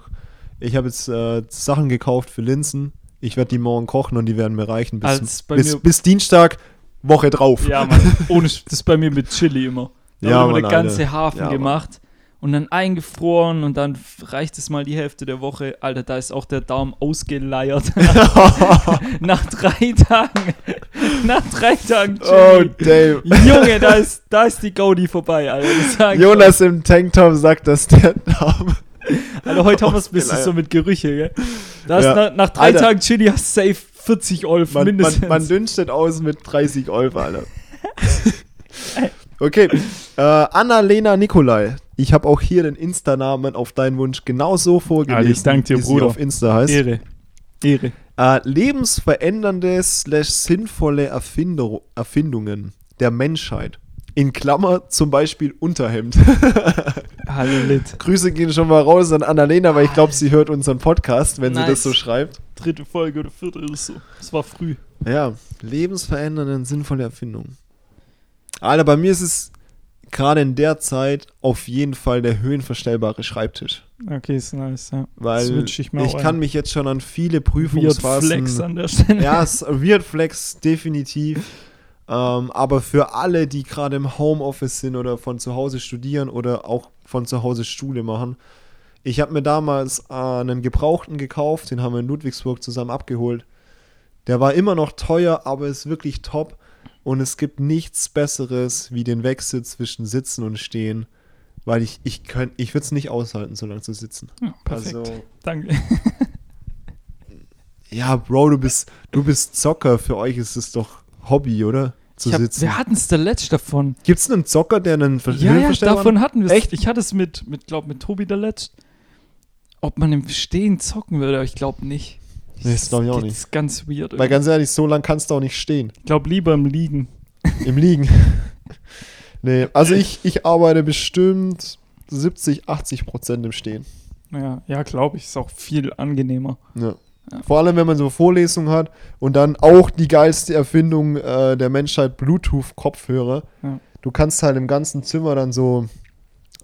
Speaker 1: ich habe jetzt äh, Sachen gekauft für Linsen. Ich werde die morgen kochen und die werden mir reichen bis,
Speaker 2: Als bei
Speaker 1: bis,
Speaker 2: mir-
Speaker 1: bis Dienstag, Woche drauf.
Speaker 2: Ja, Mann. Ohne, Sch- das ist bei mir mit Chili immer. Da
Speaker 1: Ja,
Speaker 2: haben
Speaker 1: Mann,
Speaker 2: wir den ganze
Speaker 1: Alter.
Speaker 2: Hafen
Speaker 1: Ja, Mann.
Speaker 2: gemacht und dann eingefroren und dann f- reicht es mal die Hälfte der Woche. Alter, da ist auch der Darm ausgeleiert. Nach drei Tagen. Nach drei Tagen
Speaker 1: oh,
Speaker 2: Chili.
Speaker 1: Dave.
Speaker 2: Junge, da ist, da ist die Gaudi vorbei, Alter. Ich sag's
Speaker 1: Jonas im Tanktop sagt, dass der Name.
Speaker 2: euch. Alter, heute haben wir es ein bisschen
Speaker 1: Ausgeleiert.
Speaker 2: so mit Gerüche, gell? Da ist
Speaker 1: Ja.
Speaker 2: nach, nach drei
Speaker 1: Alter.
Speaker 2: Tagen Chili hast du safe 40 Olf
Speaker 1: Man,
Speaker 2: mindestens.
Speaker 1: man, man dünstet aus mit 30 Euro, Alter. Okay, äh, Annalena Nikolai. Ich habe auch hier den Insta-Namen auf deinen Wunsch genauso vorgelesen,
Speaker 2: Alter, ich dank dir,
Speaker 1: wie sie
Speaker 2: Bruder.
Speaker 1: auf Insta heißt.
Speaker 2: Ehre. Ehre.
Speaker 1: Äh, lebensverändernde slash sinnvolle Erfinder Erfindungen der Menschheit. In Klammer zum Beispiel Unterhemd.
Speaker 2: Hallo, Lit.
Speaker 1: Grüße gehen schon mal raus an Annalena, weil ich glaube, sie hört unseren Podcast, wenn sie
Speaker 2: Nice.
Speaker 1: das so schreibt.
Speaker 2: Dritte Folge oder vierte oder so. Es war früh.
Speaker 1: Ja, lebensverändernde, sinnvolle Erfindungen. Alter, bei mir ist es gerade in der Zeit auf jeden Fall der höhenverstellbare Schreibtisch.
Speaker 2: Okay, ist nice, ja. Das
Speaker 1: Weil
Speaker 2: wünsch
Speaker 1: ich,
Speaker 2: ich mir auch
Speaker 1: kann
Speaker 2: ein.
Speaker 1: mich jetzt schon an viele
Speaker 2: Weird Flex
Speaker 1: Prüfungsphasen...
Speaker 2: an der Stelle.
Speaker 1: Ja, es- Weird Flex, definitiv. Ähm, aber für alle, die gerade im Homeoffice sind oder von zu Hause studieren oder auch von zu Hause Schule machen, ich habe mir damals äh, einen Gebrauchten gekauft, den haben wir in Ludwigsburg zusammen abgeholt. Der war immer noch teuer, aber ist wirklich top. Und es gibt nichts Besseres wie den Wechsel zwischen Sitzen und Stehen, weil ich, ich, könnt, ich würde es nicht aushalten, so lange zu sitzen.
Speaker 2: Ja, perfekt.
Speaker 1: Also,
Speaker 2: Danke.
Speaker 1: ja, Bro, du bist, du bist Zocker. Für euch ist es doch Hobby, oder? Zu
Speaker 2: Ich hab,
Speaker 1: sitzen.
Speaker 2: wir hatten es der letzte davon.
Speaker 1: Gibt es einen Zocker, der einen Ver-
Speaker 2: Ja, ja,
Speaker 1: Höhenverstellbaren-
Speaker 2: davon hatten wir
Speaker 1: Echt?
Speaker 2: Ich hatte es mit, mit glaube mit Tobi der Letzt, ob man im Stehen zocken würde, aber ich glaube nicht.
Speaker 1: Nee, das glaub ich auch
Speaker 2: geht-
Speaker 1: nicht.
Speaker 2: ist ganz weird.
Speaker 1: Weil ganz ehrlich, so lange kannst du auch nicht stehen.
Speaker 2: ich glaube lieber im Liegen.
Speaker 1: Im Liegen. nee, also ich, ich arbeite bestimmt 70, 80 Prozent im Stehen.
Speaker 2: Ja, ja glaube ich, ist auch viel angenehmer.
Speaker 1: Ja.
Speaker 2: Ja.
Speaker 1: Vor allem, wenn man so Vorlesungen hat und dann auch die geilste Erfindung äh, der Menschheit, Bluetooth-Kopfhörer.
Speaker 2: Ja.
Speaker 1: Du kannst halt im ganzen Zimmer dann so,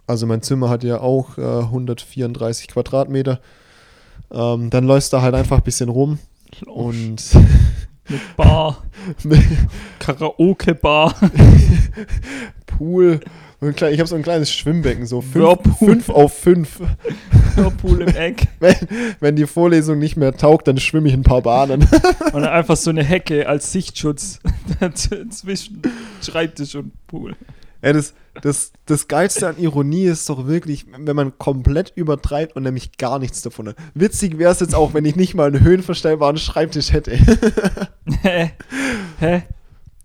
Speaker 1: also mein Zimmer hat ja auch äh, 134 Quadratmeter. Ähm, dann läufst du halt einfach ein bisschen rum
Speaker 2: Oh,
Speaker 1: und
Speaker 2: Mit Bar, Karaoke Bar,
Speaker 1: Pool. Und ein klein- ich habe so ein kleines Schwimmbecken, so
Speaker 2: Whirlpool.
Speaker 1: 5 auf 5.
Speaker 2: Pool im Eck
Speaker 1: Wenn, wenn die Vorlesung nicht mehr taugt, dann schwimme ich ein paar Bahnen.
Speaker 2: und dann einfach so eine Hecke als Sichtschutz zwischen Schreibtisch und Pool.
Speaker 1: Ey, das, das, das Geilste an Ironie ist doch wirklich, wenn man komplett übertreibt und nämlich gar nichts davon hat. Witzig wäre es jetzt auch, wenn ich nicht mal einen höhenverstellbaren Schreibtisch hätte.
Speaker 2: Hä? Hä?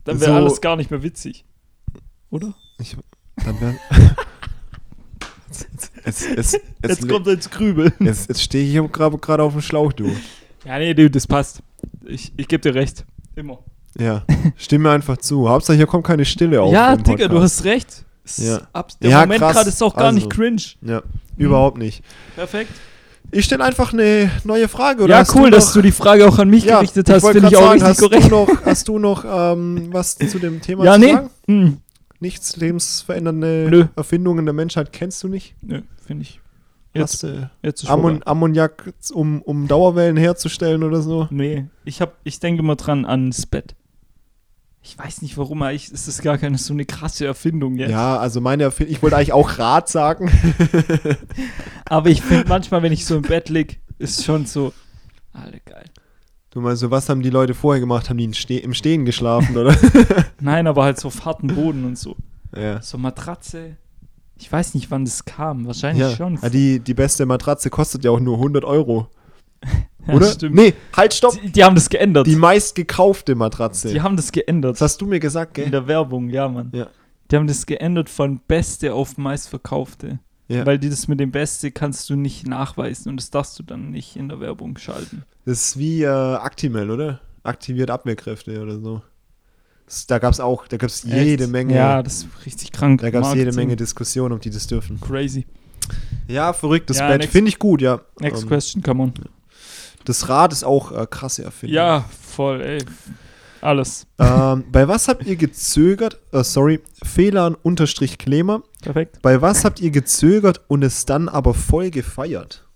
Speaker 2: Dann wäre
Speaker 1: So-
Speaker 2: alles gar nicht mehr witzig. Oder?
Speaker 1: Ich, dann wär, jetzt jetzt, jetzt, jetzt,
Speaker 2: Jetzt kommt jetzt Grübel.
Speaker 1: jetzt, jetzt stehe ich hier gerade gerade auf dem Schlauch, du.
Speaker 2: Ja, nee, du, das passt. Ich, ich gebe dir recht. Immer.
Speaker 1: Ja, stimme einfach zu. Hauptsache, hier kommt keine Stille auf.
Speaker 2: ja,
Speaker 1: im
Speaker 2: Digga, du
Speaker 1: Podcast.
Speaker 2: hast recht. Es ist
Speaker 1: Ja.
Speaker 2: Ab, der
Speaker 1: Ja,
Speaker 2: Moment
Speaker 1: krass.
Speaker 2: gerade ist auch gar
Speaker 1: Also.
Speaker 2: nicht cringe.
Speaker 1: Ja, überhaupt nicht.
Speaker 2: Perfekt.
Speaker 1: Ich stelle einfach eine neue Frage. Oder
Speaker 2: ja,
Speaker 1: hast
Speaker 2: cool,
Speaker 1: du
Speaker 2: dass
Speaker 1: noch-
Speaker 2: du die Frage auch an mich gerichtet hast.
Speaker 1: wollt
Speaker 2: Finde ich
Speaker 1: grad
Speaker 2: auch
Speaker 1: sagen,
Speaker 2: richtig
Speaker 1: hast
Speaker 2: korrekt.
Speaker 1: Du noch, hast du noch ähm, was zu dem Thema
Speaker 2: Ja,
Speaker 1: zu
Speaker 2: nee.
Speaker 1: sagen?
Speaker 2: Hm.
Speaker 1: Nichts lebensverändernde
Speaker 2: Nö.
Speaker 1: Erfindungen der Menschheit kennst du nicht?
Speaker 2: Nö, finde ich.
Speaker 1: Hast
Speaker 2: Jetzt,
Speaker 1: du äh,
Speaker 2: jetzt ist vorbei.
Speaker 1: Ammon Ammoniak, um, um Dauerwellen herzustellen oder so?
Speaker 2: Nee, ich, hab, ich denke immer dran ans Bett. Ich weiß nicht warum, aber ich, es ist gar keine so eine krasse Erfindung jetzt.
Speaker 1: Ja, also meine Erfindung, ich wollte eigentlich auch Rad sagen.
Speaker 2: Aber ich finde manchmal, wenn ich so im Bett lieg, ist schon so. Alter, geil.
Speaker 1: Du meinst, so, was haben die Leute vorher gemacht? Haben die in Ste im Stehen geschlafen, oder?
Speaker 2: Nein, aber halt so auf harten Boden und so.
Speaker 1: ja.
Speaker 2: So Matratze. Ich weiß nicht, wann das kam. Wahrscheinlich
Speaker 1: ja.
Speaker 2: schon.
Speaker 1: Ah, die, die beste Matratze kostet ja auch nur 100 Euro,
Speaker 2: Ja,
Speaker 1: oder?
Speaker 2: stimmt.
Speaker 1: Nee, halt, stopp.
Speaker 2: Die, die haben das geändert.
Speaker 1: Die
Speaker 2: Die,
Speaker 1: meistgekaufte Matratze.
Speaker 2: haben das geändert.
Speaker 1: das hast du mir gesagt,
Speaker 2: In
Speaker 1: gell?
Speaker 2: der Werbung, ja, Mann.
Speaker 1: Ja.
Speaker 2: Die haben das geändert von Beste auf meistverkaufte.
Speaker 1: Ja.
Speaker 2: Weil die das mit dem Beste kannst du nicht nachweisen und das darfst du dann nicht in der Werbung schalten.
Speaker 1: Das ist wie äh, Actimel, oder? Aktiviert Abwehrkräfte oder so. Das, da gab es auch, da gab es jede
Speaker 2: Echt?
Speaker 1: Menge,
Speaker 2: Ja, das ist richtig krank.
Speaker 1: da gab es jede
Speaker 2: Marketing.
Speaker 1: Menge Diskussionen, ob die das dürfen.
Speaker 2: Crazy.
Speaker 1: Ja, verrücktes
Speaker 2: Ja,
Speaker 1: Bett.
Speaker 2: next-
Speaker 1: Finde ich gut, ja.
Speaker 2: Next
Speaker 1: Ähm,
Speaker 2: question, come on.
Speaker 1: das Rad ist auch äh, krasse Erfindung.
Speaker 2: Ja, voll, ey. Alles.
Speaker 1: Ähm, bei was habt ihr gezögert, äh, sorry, Fehlern unterstrich Klemer,
Speaker 2: Perfekt.
Speaker 1: bei was habt ihr gezögert und es dann aber voll gefeiert?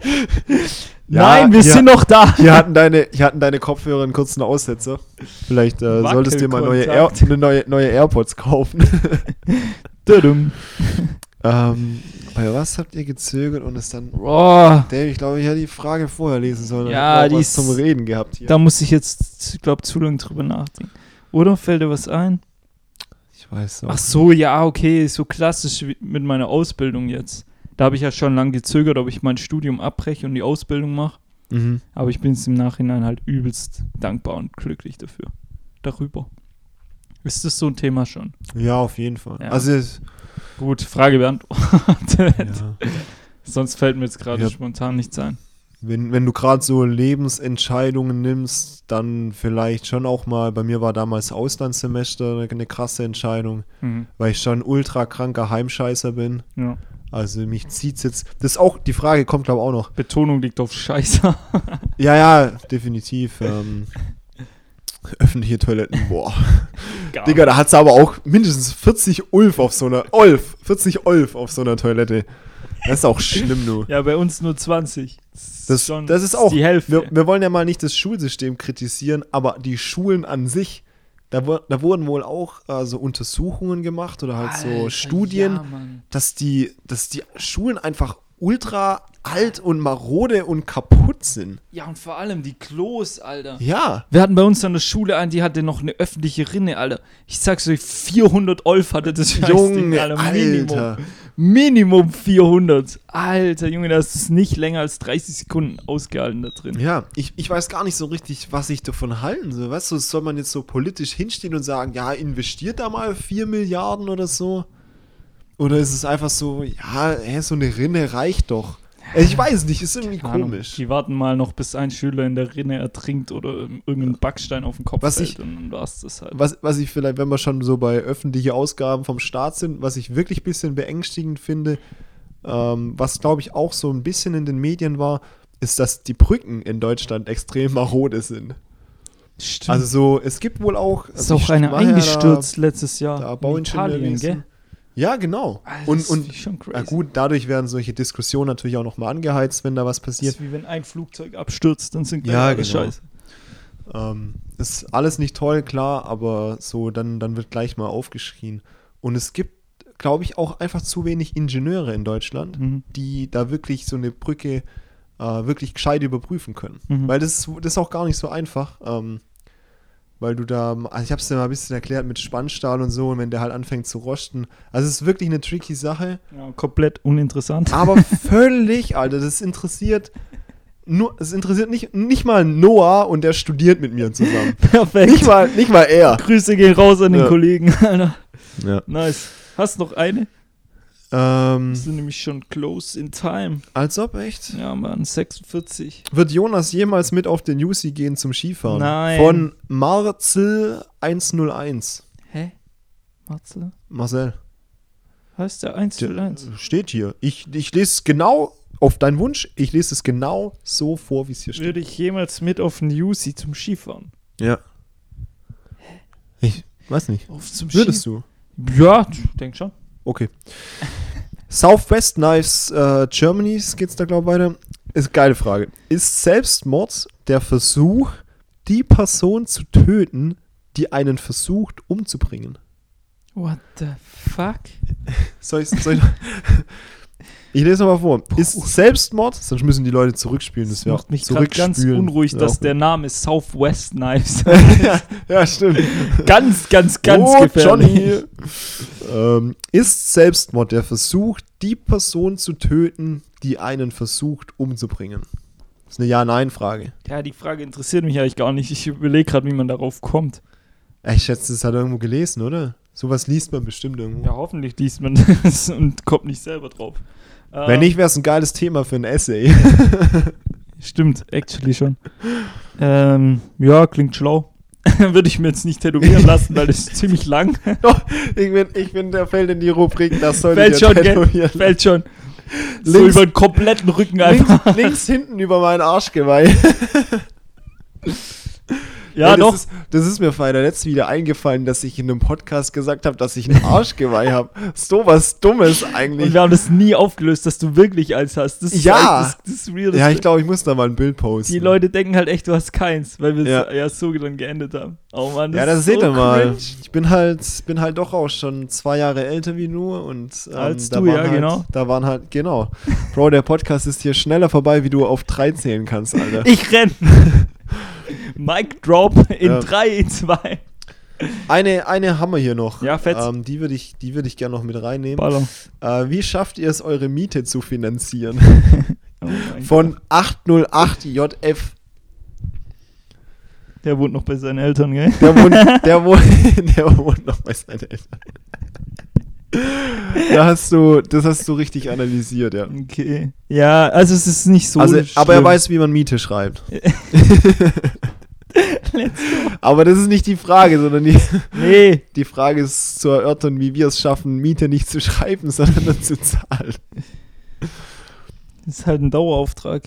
Speaker 1: Ja,
Speaker 2: Nein, wir
Speaker 1: ja.
Speaker 2: sind noch da.
Speaker 1: Hier hatten deine, hier hatten deine Kopfhörer einen kurzen Aussetzer. Vielleicht äh, solltest du dir mal neue, Air,
Speaker 2: Wackelkontakt.
Speaker 1: eine neue, neue AirPods kaufen.
Speaker 2: Dödüm.
Speaker 1: ähm, bei was habt ihr gezögert und es dann.
Speaker 2: Boah,
Speaker 1: Dave, ich glaube, ich hätte die Frage vorher lesen sollen. dann
Speaker 2: Ja,
Speaker 1: hätten wir auch
Speaker 2: die
Speaker 1: was zum
Speaker 2: ist-
Speaker 1: Reden gehabt hier.
Speaker 2: da muss ich jetzt, ich glaube, zu lange drüber nachdenken. Oder fällt dir was ein?
Speaker 1: Ich weiß auch.
Speaker 2: Ach so, ja, okay, so klassisch wie mit meiner Ausbildung jetzt. Da habe ich ja schon lange gezögert, ob ich mein Studium abbreche und die Ausbildung mache.
Speaker 1: Mhm.
Speaker 2: Aber ich bin jetzt im Nachhinein halt übelst dankbar und glücklich dafür. Darüber. Ist das so ein Thema schon?
Speaker 1: Ja, auf jeden Fall.
Speaker 2: Ja.
Speaker 1: Also, es-
Speaker 2: Gut, Frage beantwortet.
Speaker 1: ja.
Speaker 2: Sonst fällt mir jetzt gerade
Speaker 1: Ja.
Speaker 2: spontan nichts ein.
Speaker 1: wenn, wenn du gerade so Lebensentscheidungen nimmst, dann vielleicht schon auch mal. Bei mir war damals Auslandssemester eine, eine krasse Entscheidung,
Speaker 2: Mhm.
Speaker 1: weil ich schon ultra kranker Heimscheißer bin.
Speaker 2: Ja.
Speaker 1: Also mich zieht's jetzt. Das ist auch, die Frage kommt, glaube ich, auch noch.
Speaker 2: Betonung liegt auf Scheiße.
Speaker 1: Ja, ja, definitiv. Ähm, öffentliche Toiletten, boah. Digga, da hat's aber auch mindestens 40 Ulf auf so einer. Olf! 40 Olf auf so einer Toilette. Das ist auch schlimm, du.
Speaker 2: Ja, bei uns nur 20.
Speaker 1: Das, das ist auch.
Speaker 2: die Hälfte.
Speaker 1: Wir, wir wollen ja mal nicht das Schulsystem kritisieren, aber die Schulen an sich, da, wur- da wurden wohl auch äh, so Untersuchungen gemacht oder halt so Studien, dass, die, dass die Schulen einfach ultra alt und marode und kaputt sind.
Speaker 3: Ja, und vor allem die Klos, Alter.
Speaker 1: Ja.
Speaker 2: Wir hatten bei uns an der Schule einen, die hatte noch eine öffentliche Rinne, Alter. Ich sag's euch, 400 Olf hatte das Scheißding,
Speaker 1: Junge,
Speaker 2: Minimum,
Speaker 1: Alter.
Speaker 2: Minimum 400. Alter, Junge, da hast du es nicht länger als 30 Sekunden ausgehalten da drin.
Speaker 1: Ja, ich, ich weiß gar nicht so richtig, was ich davon halten soll. Weißt du, soll man jetzt so politisch hinstehen und sagen, ja, investiert da mal 4 Milliarden oder so? Oder ist es einfach so, ja, hä, so eine Rinne reicht doch. Ich weiß nicht, ist irgendwie
Speaker 2: Keine Ahnung,
Speaker 1: komisch.
Speaker 2: Die warten mal noch, bis ein Schüler in der Rinne ertrinkt oder ähm, irgendein Backstein auf den Kopf
Speaker 1: Was
Speaker 2: fällt
Speaker 1: ich-
Speaker 2: und dann war's das halt.
Speaker 1: Was, was ich vielleicht, wenn wir schon so bei öffentlichen Ausgaben vom Staat sind, was ich wirklich ein bisschen beängstigend finde, ähm, was glaube ich auch so ein bisschen in den Medien war, ist, dass die Brücken in Deutschland extrem marode sind.
Speaker 2: Stimmt.
Speaker 1: Also so, es gibt wohl auch.
Speaker 2: ist
Speaker 1: also
Speaker 2: auch
Speaker 1: ich
Speaker 2: einer
Speaker 1: war ja da-
Speaker 2: eingestürzt letztes Jahr.
Speaker 1: da
Speaker 2: Ah, in
Speaker 1: Bauingenieurwesen. Ja, genau.
Speaker 2: Alter,
Speaker 1: und
Speaker 2: das
Speaker 1: und
Speaker 2: ist schon crazy.
Speaker 1: na gut, dadurch werden solche Diskussionen natürlich auch nochmal angeheizt, wenn da was
Speaker 2: Das
Speaker 1: passiert.
Speaker 2: ist wie wenn ein Flugzeug abstürzt, dann sind
Speaker 1: Ja,
Speaker 2: alle
Speaker 1: genau. Ähm, ist alles nicht toll, klar, aber so, dann, dann wird gleich mal aufgeschrien. Und es gibt, glaube ich, auch einfach zu wenig Ingenieure in Deutschland,
Speaker 2: Mhm.
Speaker 1: die da wirklich so eine Brücke äh, wirklich gescheit überprüfen können.
Speaker 2: Mhm.
Speaker 1: Weil das, ist- das ist auch gar nicht so einfach. Ähm, weil du da, also ich habe es dir mal ein bisschen erklärt mit Spannstahl und so, und wenn der halt anfängt zu rosten. Also es ist wirklich eine tricky Sache.
Speaker 2: Ja, komplett uninteressant.
Speaker 1: Aber völlig, Alter, das interessiert. Nur, es interessiert nicht, nicht mal Noah und der studiert mit mir zusammen.
Speaker 2: Perfekt.
Speaker 1: Nicht mal, nicht mal er.
Speaker 2: Grüße gehen raus an den
Speaker 1: Ja.
Speaker 2: Kollegen, Alter.
Speaker 1: Ja.
Speaker 2: Nice. Hast noch eine? Wir
Speaker 1: Ähm,
Speaker 2: sind nämlich schon close in time.
Speaker 1: als ob echt.
Speaker 2: Ja, Mann, 46.
Speaker 1: Wird Jonas jemals mit auf den UC gehen zum Skifahren?
Speaker 2: Nein.
Speaker 1: Von Marcel 101.
Speaker 2: Hä? Marzel?
Speaker 1: Marcel.
Speaker 2: Heißt der 1
Speaker 1: Der-
Speaker 2: zu 1?
Speaker 1: Steht hier. Ich, ich lese es genau auf deinen Wunsch. Ich lese es genau so vor, wie es hier steht.
Speaker 2: Würde ich jemals mit auf den Yusi zum Skifahren?
Speaker 1: Ja. Ich weiß nicht.
Speaker 2: Auf zum
Speaker 1: Würdest du?
Speaker 2: du? Ja, denk schon.
Speaker 1: Okay. Southwest Knives äh, Germanys geht's da, glaube ich, weiter. Ist geile Frage. Ist Selbstmord der Versuch, die Person zu töten, die einen versucht umzubringen?
Speaker 2: What the fuck?
Speaker 1: Soll ich, soll ich, ich lese nochmal vor. Ist Selbstmord, sonst müssen die Leute zurückspielen, das,
Speaker 2: Das
Speaker 1: wäre
Speaker 2: macht mich gerade ganz unruhig, dass der Name Southwest Knives
Speaker 1: ja, ja, stimmt.
Speaker 2: ganz, ganz, ganz
Speaker 1: oh, Johnny.
Speaker 2: gefährlich.
Speaker 1: ähm, ist Selbstmord der Versuch, die Person zu töten, die einen versucht umzubringen? Das ist eine Ja-Nein-Frage.
Speaker 2: Ja, die Frage interessiert mich eigentlich gar nicht. Ich überlege gerade, wie man darauf kommt.
Speaker 1: Ich schätze, das hat er irgendwo gelesen, oder? Sowas liest man bestimmt irgendwo.
Speaker 2: Ja, hoffentlich liest man das und kommt nicht selber drauf. Ähm,
Speaker 1: Wenn nicht, wäre es ein geiles Thema für ein Essay.
Speaker 2: Stimmt, actually schon. Ähm, ja, klingt schlau. Würde ich mir jetzt nicht tätowieren lassen, weil das ist ziemlich lang.
Speaker 1: Doch, ich, bin, ich bin, der fällt in die Rubrik, das soll
Speaker 2: Fällt schon, gell? Fällt schon. so
Speaker 1: Links-
Speaker 2: über den kompletten Rücken einfach.
Speaker 1: links, links hinten über meinen Arschgeweih.
Speaker 2: Ja,
Speaker 1: Ey, das
Speaker 2: doch.
Speaker 1: Ist, das ist mir vor der letzten wieder eingefallen, dass ich in einem Podcast gesagt habe, dass ich ein Arschgeweih habe. So was Dummes
Speaker 2: Und
Speaker 1: eigentlich.
Speaker 2: wir haben das nie aufgelöst, dass du wirklich eins hast. Das ist
Speaker 1: Ja.
Speaker 2: eigentlich das, das ist Weirdeste.
Speaker 1: Ja, ich glaube, ich muss da mal ein Bild posten.
Speaker 2: Die Leute denken halt echt, du hast keins, weil wir es
Speaker 1: Ja.
Speaker 2: ja. so dann geendet haben. Oh Mann,
Speaker 1: ja,
Speaker 2: ist
Speaker 1: das seht
Speaker 2: so
Speaker 1: ihr mal.
Speaker 2: cringe.
Speaker 1: Ich bin halt, bin halt doch auch schon zwei Jahre älter wie nur und ähm,
Speaker 2: Als
Speaker 1: da
Speaker 2: du,
Speaker 1: waren
Speaker 2: ja,
Speaker 1: halt,
Speaker 2: genau.
Speaker 1: Da waren halt, genau. Bro, der Podcast ist hier schneller vorbei, wie du auf drei zählen kannst, Alter.
Speaker 2: Ich renn. Mic Drop in
Speaker 1: Ja.
Speaker 2: 3, in 2.
Speaker 1: Eine, eine haben wir hier noch.
Speaker 2: Ja, fetz.
Speaker 1: Ähm, die würde ich, die würd ich gerne noch mit reinnehmen.
Speaker 2: Baller.
Speaker 1: Äh, wie schafft ihr es, eure Miete zu finanzieren?
Speaker 2: Oh mein
Speaker 1: Von 808 JF.
Speaker 2: Gott. Der wohnt noch bei seinen Eltern, gell?
Speaker 1: Der wohnt, der wohnt, der wohnt noch bei seinen Eltern. Da hast du, das hast du richtig analysiert, ja.
Speaker 2: Okay. Ja, also es ist nicht so.
Speaker 1: Also, aber er
Speaker 2: schlimm.
Speaker 1: weiß, wie man Miete schreibt. aber das ist nicht die Frage, sondern die,
Speaker 2: Nee.
Speaker 1: die Frage ist zu erörtern, wie wir es schaffen, Miete nicht zu schreiben, sondern nur zu zahlen.
Speaker 2: Ist halt ein Dauerauftrag.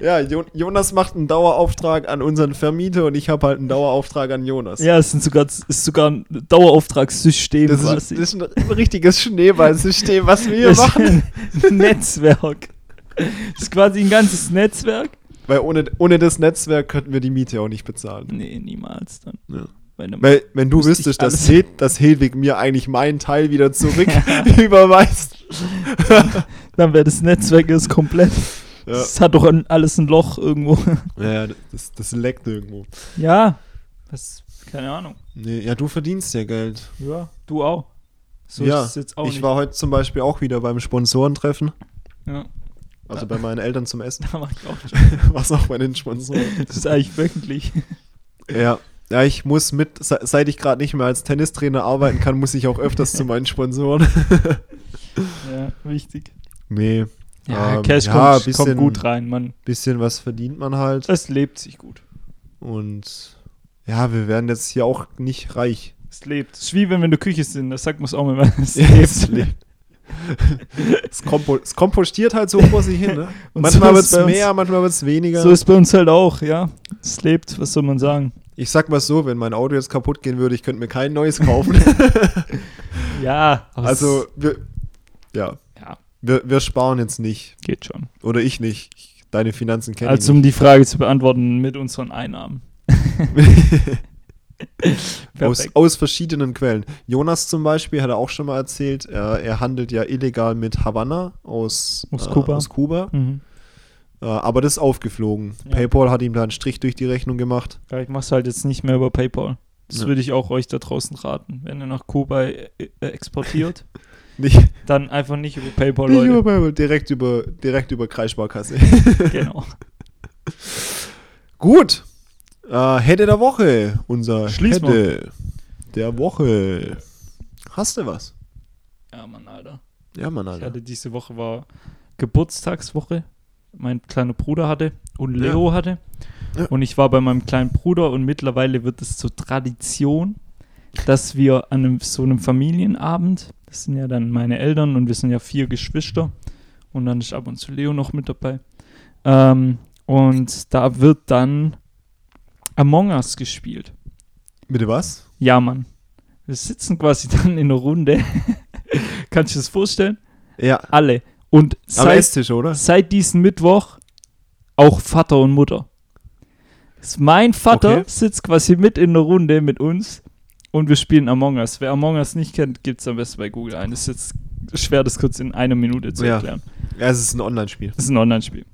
Speaker 1: Ja, jo Jonas macht einen Dauerauftrag an unseren Vermieter und ich habe halt einen Dauerauftrag an Jonas.
Speaker 2: Ja, es sind sogar, es ist sogar ein Dauerauftragssystem
Speaker 1: das, ist, das
Speaker 2: quasi.
Speaker 1: ist ein ein richtiges Schneeballsystem, was wir hier
Speaker 2: Das
Speaker 1: machen.
Speaker 2: ist ein Netzwerk. Das ist quasi ein ganzes Netzwerk.
Speaker 1: Weil ohne, ohne das Netzwerk könnten wir die Miete auch nicht bezahlen.
Speaker 2: Nee, niemals dann.
Speaker 1: Ja.
Speaker 2: Weil dann-
Speaker 1: Weil, wenn du
Speaker 2: Müsste ich
Speaker 1: wüsstest, dass,
Speaker 2: alles-
Speaker 1: Hed, dass Hedwig mir eigentlich meinen Teil wieder zurück überweist.
Speaker 2: Dann wäre das Netzwerk ist komplett.
Speaker 1: Ja,
Speaker 2: Es hat doch ein, alles ein Loch irgendwo.
Speaker 1: ja das, das leckt irgendwo.
Speaker 2: ja. Das, keine Ahnung.
Speaker 1: Nee, ja, du verdienst ja Geld.
Speaker 2: Ja. Du auch. So
Speaker 1: ja,
Speaker 2: ist es jetzt auch
Speaker 1: ich
Speaker 2: nicht.
Speaker 1: war heute zum Beispiel auch wieder beim Sponsorentreffen,
Speaker 2: ja,
Speaker 1: also bei meinen Eltern zum Essen,
Speaker 2: da mache ich auch.
Speaker 1: was auch bei den Sponsoren.
Speaker 2: Das ist eigentlich wöchentlich.
Speaker 1: Ja. Ja, ich muss mit, se- seit ich gerade nicht mehr als Tennistrainer arbeiten kann, muss ich auch öfters zu meinen Sponsoren.
Speaker 2: ja, wichtig.
Speaker 1: Nee.
Speaker 2: Ja,
Speaker 1: ähm,
Speaker 2: Cash
Speaker 1: ja,
Speaker 2: kommt,
Speaker 1: bisschen,
Speaker 2: kommt gut rein, Mann.
Speaker 1: Bisschen was verdient man halt.
Speaker 2: Es lebt sich gut.
Speaker 1: Und ja, wir werden jetzt hier auch nicht reich.
Speaker 2: Es lebt. Es ist wie wenn wir in der Küche sind, das sagt man es auch immer. Es
Speaker 1: Ja, es
Speaker 2: lebt.
Speaker 1: lebt. Es, kompo es kompostiert halt so vor sich hin. Ne?
Speaker 2: Und
Speaker 1: manchmal
Speaker 2: so
Speaker 1: wird
Speaker 2: ist
Speaker 1: es
Speaker 2: bei uns-
Speaker 1: mehr, manchmal wird es weniger.
Speaker 2: So ist bei uns halt auch, ja. Es lebt, was soll man sagen?
Speaker 1: ich sag mal so, wenn mein Auto jetzt kaputt gehen würde, ich könnte mir kein neues kaufen.
Speaker 2: Ja, aber es-
Speaker 1: also, wir, ja,
Speaker 2: Ja,
Speaker 1: wir, wir sparen jetzt nicht.
Speaker 2: geht schon.
Speaker 1: Oder ich nicht. Ich, deine Finanzen kenne
Speaker 2: Also,
Speaker 1: ich
Speaker 2: um die Frage zu beantworten, mit unseren Einnahmen.
Speaker 1: nicht. aus,
Speaker 2: Perfekt.
Speaker 1: aus verschiedenen Quellen. Jonas zum Beispiel hat er auch schon mal erzählt, er, er handelt ja illegal mit Havanna aus, äh,
Speaker 2: Aus Kuba.
Speaker 1: aus Kuba.
Speaker 2: Mhm.
Speaker 1: Äh, aber das ist aufgeflogen.
Speaker 2: Ja.
Speaker 1: PayPal hat ihm da einen Strich durch die Rechnung gemacht.
Speaker 2: Ja, ich mach's halt jetzt nicht mehr über PayPal. Das
Speaker 1: Ja.
Speaker 2: würde ich auch euch da draußen raten. Wenn ihr nach Kuba äh, äh, exportiert,
Speaker 1: Nicht,
Speaker 2: dann einfach nicht über PayPal,
Speaker 1: nicht über
Speaker 2: Oh, Leute.
Speaker 1: PayPal, direkt über, direkt über Kreissparkasse.
Speaker 2: genau.
Speaker 1: Gut. Äh, Hätte der Woche. Unser
Speaker 2: Schließ mal.
Speaker 1: Hätte der Woche. Hast du was?
Speaker 2: Ja, Mann, Alter.
Speaker 1: Ja, Mann,
Speaker 2: Ich
Speaker 1: Alter.
Speaker 2: hatte diese Woche war Geburtstagswoche. Mein kleiner Bruder hatte und Leo hatte.
Speaker 1: Ja.
Speaker 2: Und ich war bei meinem kleinen Bruder und mittlerweile wird es zur Tradition, dass wir an einem, so einem Familienabend, das sind ja dann meine Eltern und wir sind ja vier Geschwister und dann ist ab und zu Leo noch mit dabei. Ähm, und da wird dann Among Us gespielt.
Speaker 1: Bitte was?
Speaker 2: Ja, Mann. Wir sitzen quasi dann in einer Runde. Kannst du dir das vorstellen?
Speaker 1: Ja.
Speaker 2: Alle. Und
Speaker 1: Am
Speaker 2: seit,
Speaker 1: Esstisch, oder?
Speaker 2: seit diesem Mittwoch auch Vater und Mutter. Das- Mein Vater
Speaker 1: Okay.
Speaker 2: sitzt quasi mit in der Runde mit uns und wir spielen Among Us. Wer Among Us nicht kennt, gibt es am besten bei Google ein. Das ist jetzt schwer, das kurz in einer Minute zu
Speaker 1: Ja.
Speaker 2: erklären.
Speaker 1: Ja, es ist ein Online-Spiel.
Speaker 2: Das ist ein Online-Spiel.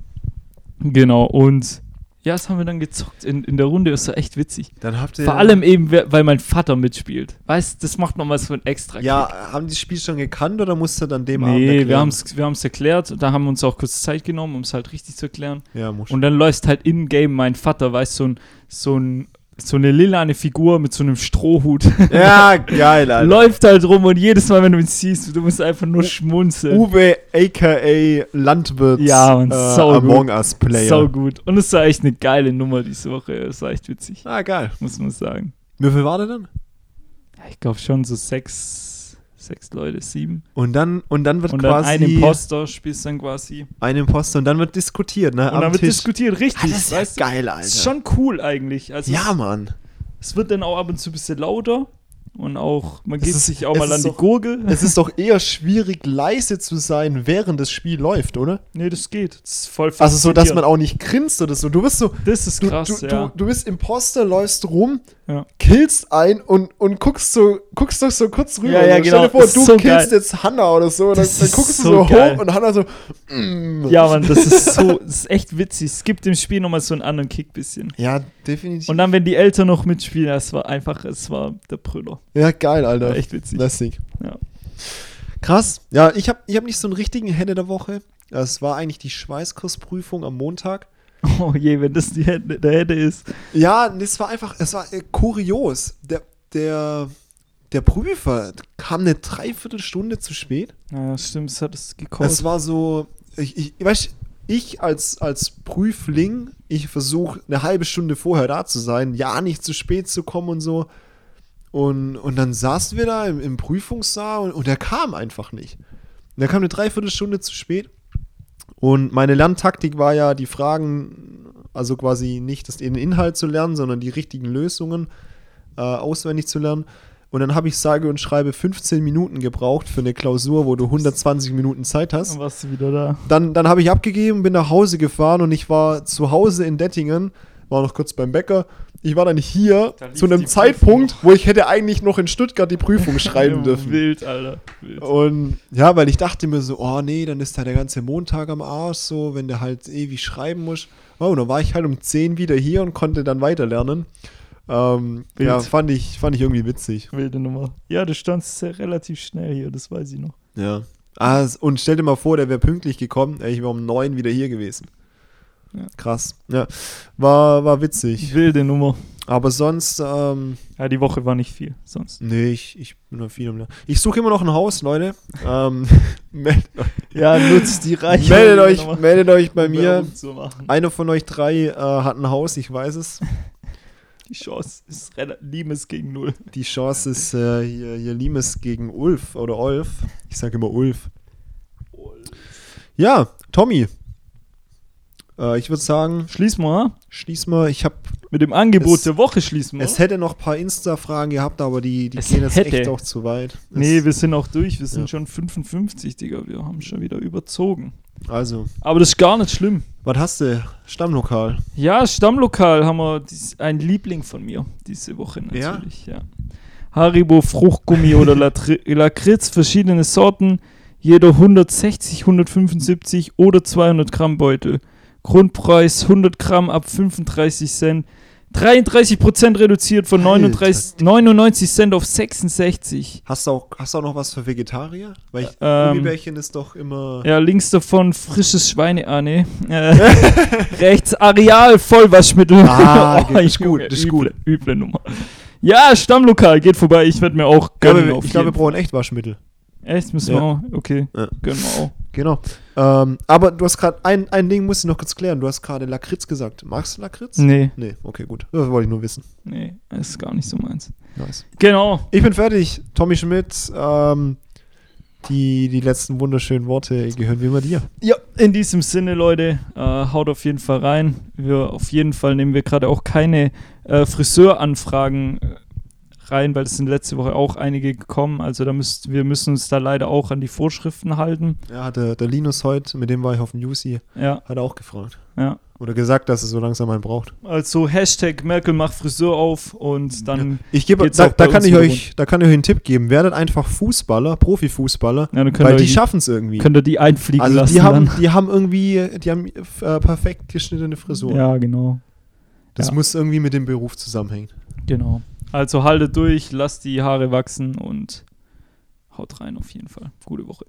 Speaker 2: Genau, und ja, das haben wir dann gezockt in, in der Runde. Das war echt witzig.
Speaker 1: Dann habt ihr.
Speaker 2: Vor allem eben, wer- weil mein Vater mitspielt. Weißt das macht nochmal so ein extra
Speaker 1: Ja, haben die das Spiel schon gekannt oder musst du dann dem Abend
Speaker 2: Nee, wir
Speaker 1: erklären?
Speaker 2: haben es wir haben's erklärt. Da haben wir uns auch kurz Zeit genommen, um es halt richtig zu erklären.
Speaker 1: Ja, muss.
Speaker 2: Und dann läuft halt in-game mein Vater, weißt du, so, ein, so, ein, so eine lilane Figur mit so einem Strohhut.
Speaker 1: ja, geil, Alter.
Speaker 2: läuft halt rum und jedes Mal, wenn du ihn siehst, du musst einfach nur schmunzeln.
Speaker 1: Uwe, a.k.a. Landwirt.
Speaker 2: Ja, Mann, sau
Speaker 1: äh, Among Us Player.
Speaker 2: So gut. Und es war echt eine geile Nummer diese Woche. Es war echt witzig,
Speaker 1: Ah, geil.
Speaker 2: muss man sagen.
Speaker 1: Wie viel war der dann?
Speaker 2: Ja, ich glaube schon so sechs, sechs Leute, sieben.
Speaker 1: Und dann, und dann wird
Speaker 2: Und dann
Speaker 1: quasi
Speaker 2: ein Imposter spielst dann quasi.
Speaker 1: ein Imposter und dann wird diskutiert, ne?
Speaker 2: Und dann wird
Speaker 1: Tisch.
Speaker 2: diskutiert, richtig.
Speaker 1: Ah, das ist ja
Speaker 2: weißt du?
Speaker 1: geil, Alter.
Speaker 2: Das ist schon cool eigentlich. Also
Speaker 1: ja,
Speaker 2: es,
Speaker 1: Mann.
Speaker 2: es wird dann auch ab und zu ein bisschen lauter und auch, man
Speaker 1: Es
Speaker 2: geht
Speaker 1: ist-
Speaker 2: sich auch
Speaker 1: es
Speaker 2: mal
Speaker 1: ist
Speaker 2: an die
Speaker 1: auch-
Speaker 2: Gurgel.
Speaker 1: Es ist doch eher schwierig, leise zu sein, während das Spiel läuft, oder?
Speaker 2: nee, das geht. Das ist voll
Speaker 1: Also so, dass man
Speaker 2: faszinierend.
Speaker 1: auch nicht grinst oder so. Du bist so,
Speaker 2: Das ist
Speaker 1: du,
Speaker 2: krass,
Speaker 1: du,
Speaker 2: ja.
Speaker 1: du, du bist Imposter, läufst rum,
Speaker 2: Ja.
Speaker 1: killst ein und, und guckst so, guckst doch so kurz rüber.
Speaker 2: Ja,
Speaker 1: So,
Speaker 2: ja, genau.
Speaker 1: Stell dir vor,
Speaker 2: Das ist
Speaker 1: du
Speaker 2: so
Speaker 1: killst
Speaker 2: geil.
Speaker 1: jetzt Hannah oder so und dann,
Speaker 2: Das
Speaker 1: dann
Speaker 2: ist
Speaker 1: guckst du
Speaker 2: so
Speaker 1: so
Speaker 2: geil.
Speaker 1: hoch und Hannah so, mm.
Speaker 2: ja, Mann, das ist so, das ist echt witzig. Es gibt dem Spiel nochmal so einen anderen Kick bisschen.
Speaker 1: Ja, definitiv.
Speaker 2: Und dann, wenn die Eltern noch mitspielen, das war einfach, es war der Brüller.
Speaker 1: ja, geil, Alter.
Speaker 2: War echt witzig.
Speaker 1: Lässig.
Speaker 2: Ja.
Speaker 1: Krass. Ja, ich habe ich hab nicht so einen richtigen Hände der Woche. Es war eigentlich die Schweißkursprüfung am Montag.
Speaker 2: Oh je, wenn das die Hände, der Hände ist.
Speaker 1: Ja, nee, es war einfach, es war äh, kurios. Der, der, der Prüfer kam eine Dreiviertelstunde zu spät.
Speaker 2: Ja, stimmt, es hat es
Speaker 1: Es
Speaker 2: gekostet.
Speaker 1: war so, ich, ich, ich weiß, ich als, als Prüfling, ich versuche eine halbe Stunde vorher da zu sein, ja, nicht zu spät zu kommen und so. Und, und dann saßen wir da im, im Prüfungssaal und, und er kam einfach nicht. Und er kam eine Dreiviertelstunde zu spät. Und meine Lerntaktik war ja, die Fragen, also quasi nicht das, den Inhalt zu lernen, sondern die richtigen Lösungen äh, auswendig zu lernen. Und dann habe ich sage und schreibe 15 Minuten gebraucht für eine Klausur, wo du 120 Minuten Zeit hast.
Speaker 2: Dann warst du wieder da.
Speaker 1: Dann, dann habe ich abgegeben, bin nach Hause gefahren und ich war zu Hause in Dettingen war noch kurz beim Bäcker. Ich war dann hier
Speaker 2: Da lief
Speaker 1: zu einem
Speaker 2: die
Speaker 1: Zeitpunkt, wo ich hätte eigentlich noch in Stuttgart die Prüfung schreiben dürfen.
Speaker 2: Wild, Alter. Wild.
Speaker 1: Und ja, weil ich dachte mir so, oh nee, dann ist da der ganze Montag am Arsch so, wenn du halt ewig schreiben musst. Oh, und dann war ich halt um 10 wieder hier und konnte dann weiterlernen. Ähm,
Speaker 2: Wild.
Speaker 1: ja, fand ich, fand ich irgendwie witzig.
Speaker 2: Wilde Nummer. Ja, du standst sehr relativ schnell hier, das weiß ich noch.
Speaker 1: Ja. Ah, s- und stell dir mal vor, der wäre pünktlich gekommen, ey, ich wäre um 9 wieder hier gewesen.
Speaker 2: Ja.
Speaker 1: Krass. Ja. War, war witzig.
Speaker 2: Wilde Nummer.
Speaker 1: Aber sonst, ähm,
Speaker 2: Ja, die Woche war nicht viel sonst.
Speaker 1: nee, ich, ich bin noch viel am Lernen. Ich suche immer noch ein Haus, Leute. ähm, meldet
Speaker 2: Ja, nutzt die Reiche.
Speaker 1: meldet euch, meldet euch bei
Speaker 2: um
Speaker 1: mir.
Speaker 2: Werbung Zu machen.
Speaker 1: Einer von euch drei äh, hat ein Haus, ich weiß es.
Speaker 2: Die Chance ist relativ liebes gegen null.
Speaker 1: Die Chance ist äh, hier, hier Limes gegen Ulf oder Olf. Ich sage immer Ulf. Ja, Tommy. Äh, ich würde sagen,
Speaker 2: Schließen wir, ha?
Speaker 1: schließ mal. Ich habe,
Speaker 2: Mit dem Angebot
Speaker 1: Es-
Speaker 2: der Woche schließen wir.
Speaker 1: es hätte noch ein paar Insta-Fragen gehabt, aber die, die
Speaker 2: Es
Speaker 1: gehen jetzt echt
Speaker 2: hätte.
Speaker 1: auch zu weit. Es,
Speaker 2: nee, wir sind auch durch. Wir sind
Speaker 1: Ja.
Speaker 2: schon 55, Digga. Wir haben schon wieder überzogen.
Speaker 1: also,
Speaker 2: Aber das ist gar nicht schlimm.
Speaker 1: was hast du? Stammlokal.
Speaker 2: Ja, Stammlokal haben wir dies, ein Liebling von mir diese Woche natürlich. Ja. Haribo, Fruchtgummi oder Latri- Lakritz, verschiedene Sorten, jeder 160, 175 oder 200 Gramm Beutel. Grundpreis 100 Gramm ab 35 Cent. 33% reduziert von
Speaker 1: Alter.
Speaker 2: 39, 99 Cent auf 66.
Speaker 1: Hast du auch, hast du auch noch was für Vegetarier? Weil ich,
Speaker 2: Ähm,
Speaker 1: Gummibärchen ist doch immer.
Speaker 2: Ja, links davon frisches Schweine, ah nee. Äh, rechts Areal Vollwaschmittel.
Speaker 1: Ah, geht- ist
Speaker 2: Junge,
Speaker 1: gut, ist
Speaker 2: üble,
Speaker 1: gut.
Speaker 2: Üble Nummer. Ja, Stammlokal, geht vorbei. Ich werde mir auch
Speaker 1: Ich glaube,
Speaker 2: gönnen.
Speaker 1: wir-
Speaker 2: auf
Speaker 1: ich glaube, wir
Speaker 2: jeden
Speaker 1: brauchen echt Waschmittel.
Speaker 2: Fall. Echt, müssen
Speaker 1: Ja.
Speaker 2: wir auch. Okay,
Speaker 1: Ja.
Speaker 2: gönnen wir auch.
Speaker 1: Genau. Ähm, aber du hast gerade ein, ein Ding musst du noch kurz klären. Du hast gerade Lakritz gesagt. Magst du Lakritz?
Speaker 2: Nee,
Speaker 1: Nee, okay, gut. Das wollte ich nur wissen.
Speaker 2: nee, ist gar nicht so meins.
Speaker 1: Nice.
Speaker 2: Genau.
Speaker 1: Ich bin fertig. Tommy Schmidt, ähm, die, die letzten wunderschönen Worte gehören wie immer dir.
Speaker 2: Ja, in diesem Sinne, Leute, äh, haut auf jeden Fall rein. Wir auf jeden Fall nehmen wir gerade auch keine äh, Friseuranfragen äh, rein, weil es sind letzte Woche auch einige gekommen. Also da müsst, wir müssen uns da leider auch an die Vorschriften halten.
Speaker 1: Ja, hat der, der Linus heute, mit dem war ich auf dem UC,
Speaker 2: Ja,
Speaker 1: hat er auch gefragt.
Speaker 2: ja.
Speaker 1: Oder gesagt, dass es so langsam einen braucht.
Speaker 2: Also Hashtag Merkel macht Friseur auf und dann.
Speaker 1: Ich gebe,
Speaker 2: Geht's
Speaker 1: da,
Speaker 2: auch
Speaker 1: da,
Speaker 2: bei
Speaker 1: kann
Speaker 2: uns
Speaker 1: ich
Speaker 2: wieder
Speaker 1: euch, da kann ich euch einen Tipp geben. Werdet einfach Fußballer, Profifußballer,
Speaker 2: Ja, dann könnt
Speaker 1: weil
Speaker 2: ihr
Speaker 1: die
Speaker 2: die-
Speaker 1: schaffen es irgendwie.
Speaker 2: Könnt ihr die einfliegen
Speaker 1: Also
Speaker 2: lassen?
Speaker 1: die haben,
Speaker 2: dann.
Speaker 1: die haben irgendwie, die haben äh, perfekt geschnittene Frisuren.
Speaker 2: Ja, genau.
Speaker 1: Das
Speaker 2: Ja.
Speaker 1: muss irgendwie mit dem Beruf zusammenhängen.
Speaker 2: Genau. Also haltet durch, lasst die Haare wachsen und haut rein auf jeden Fall. Gute Woche.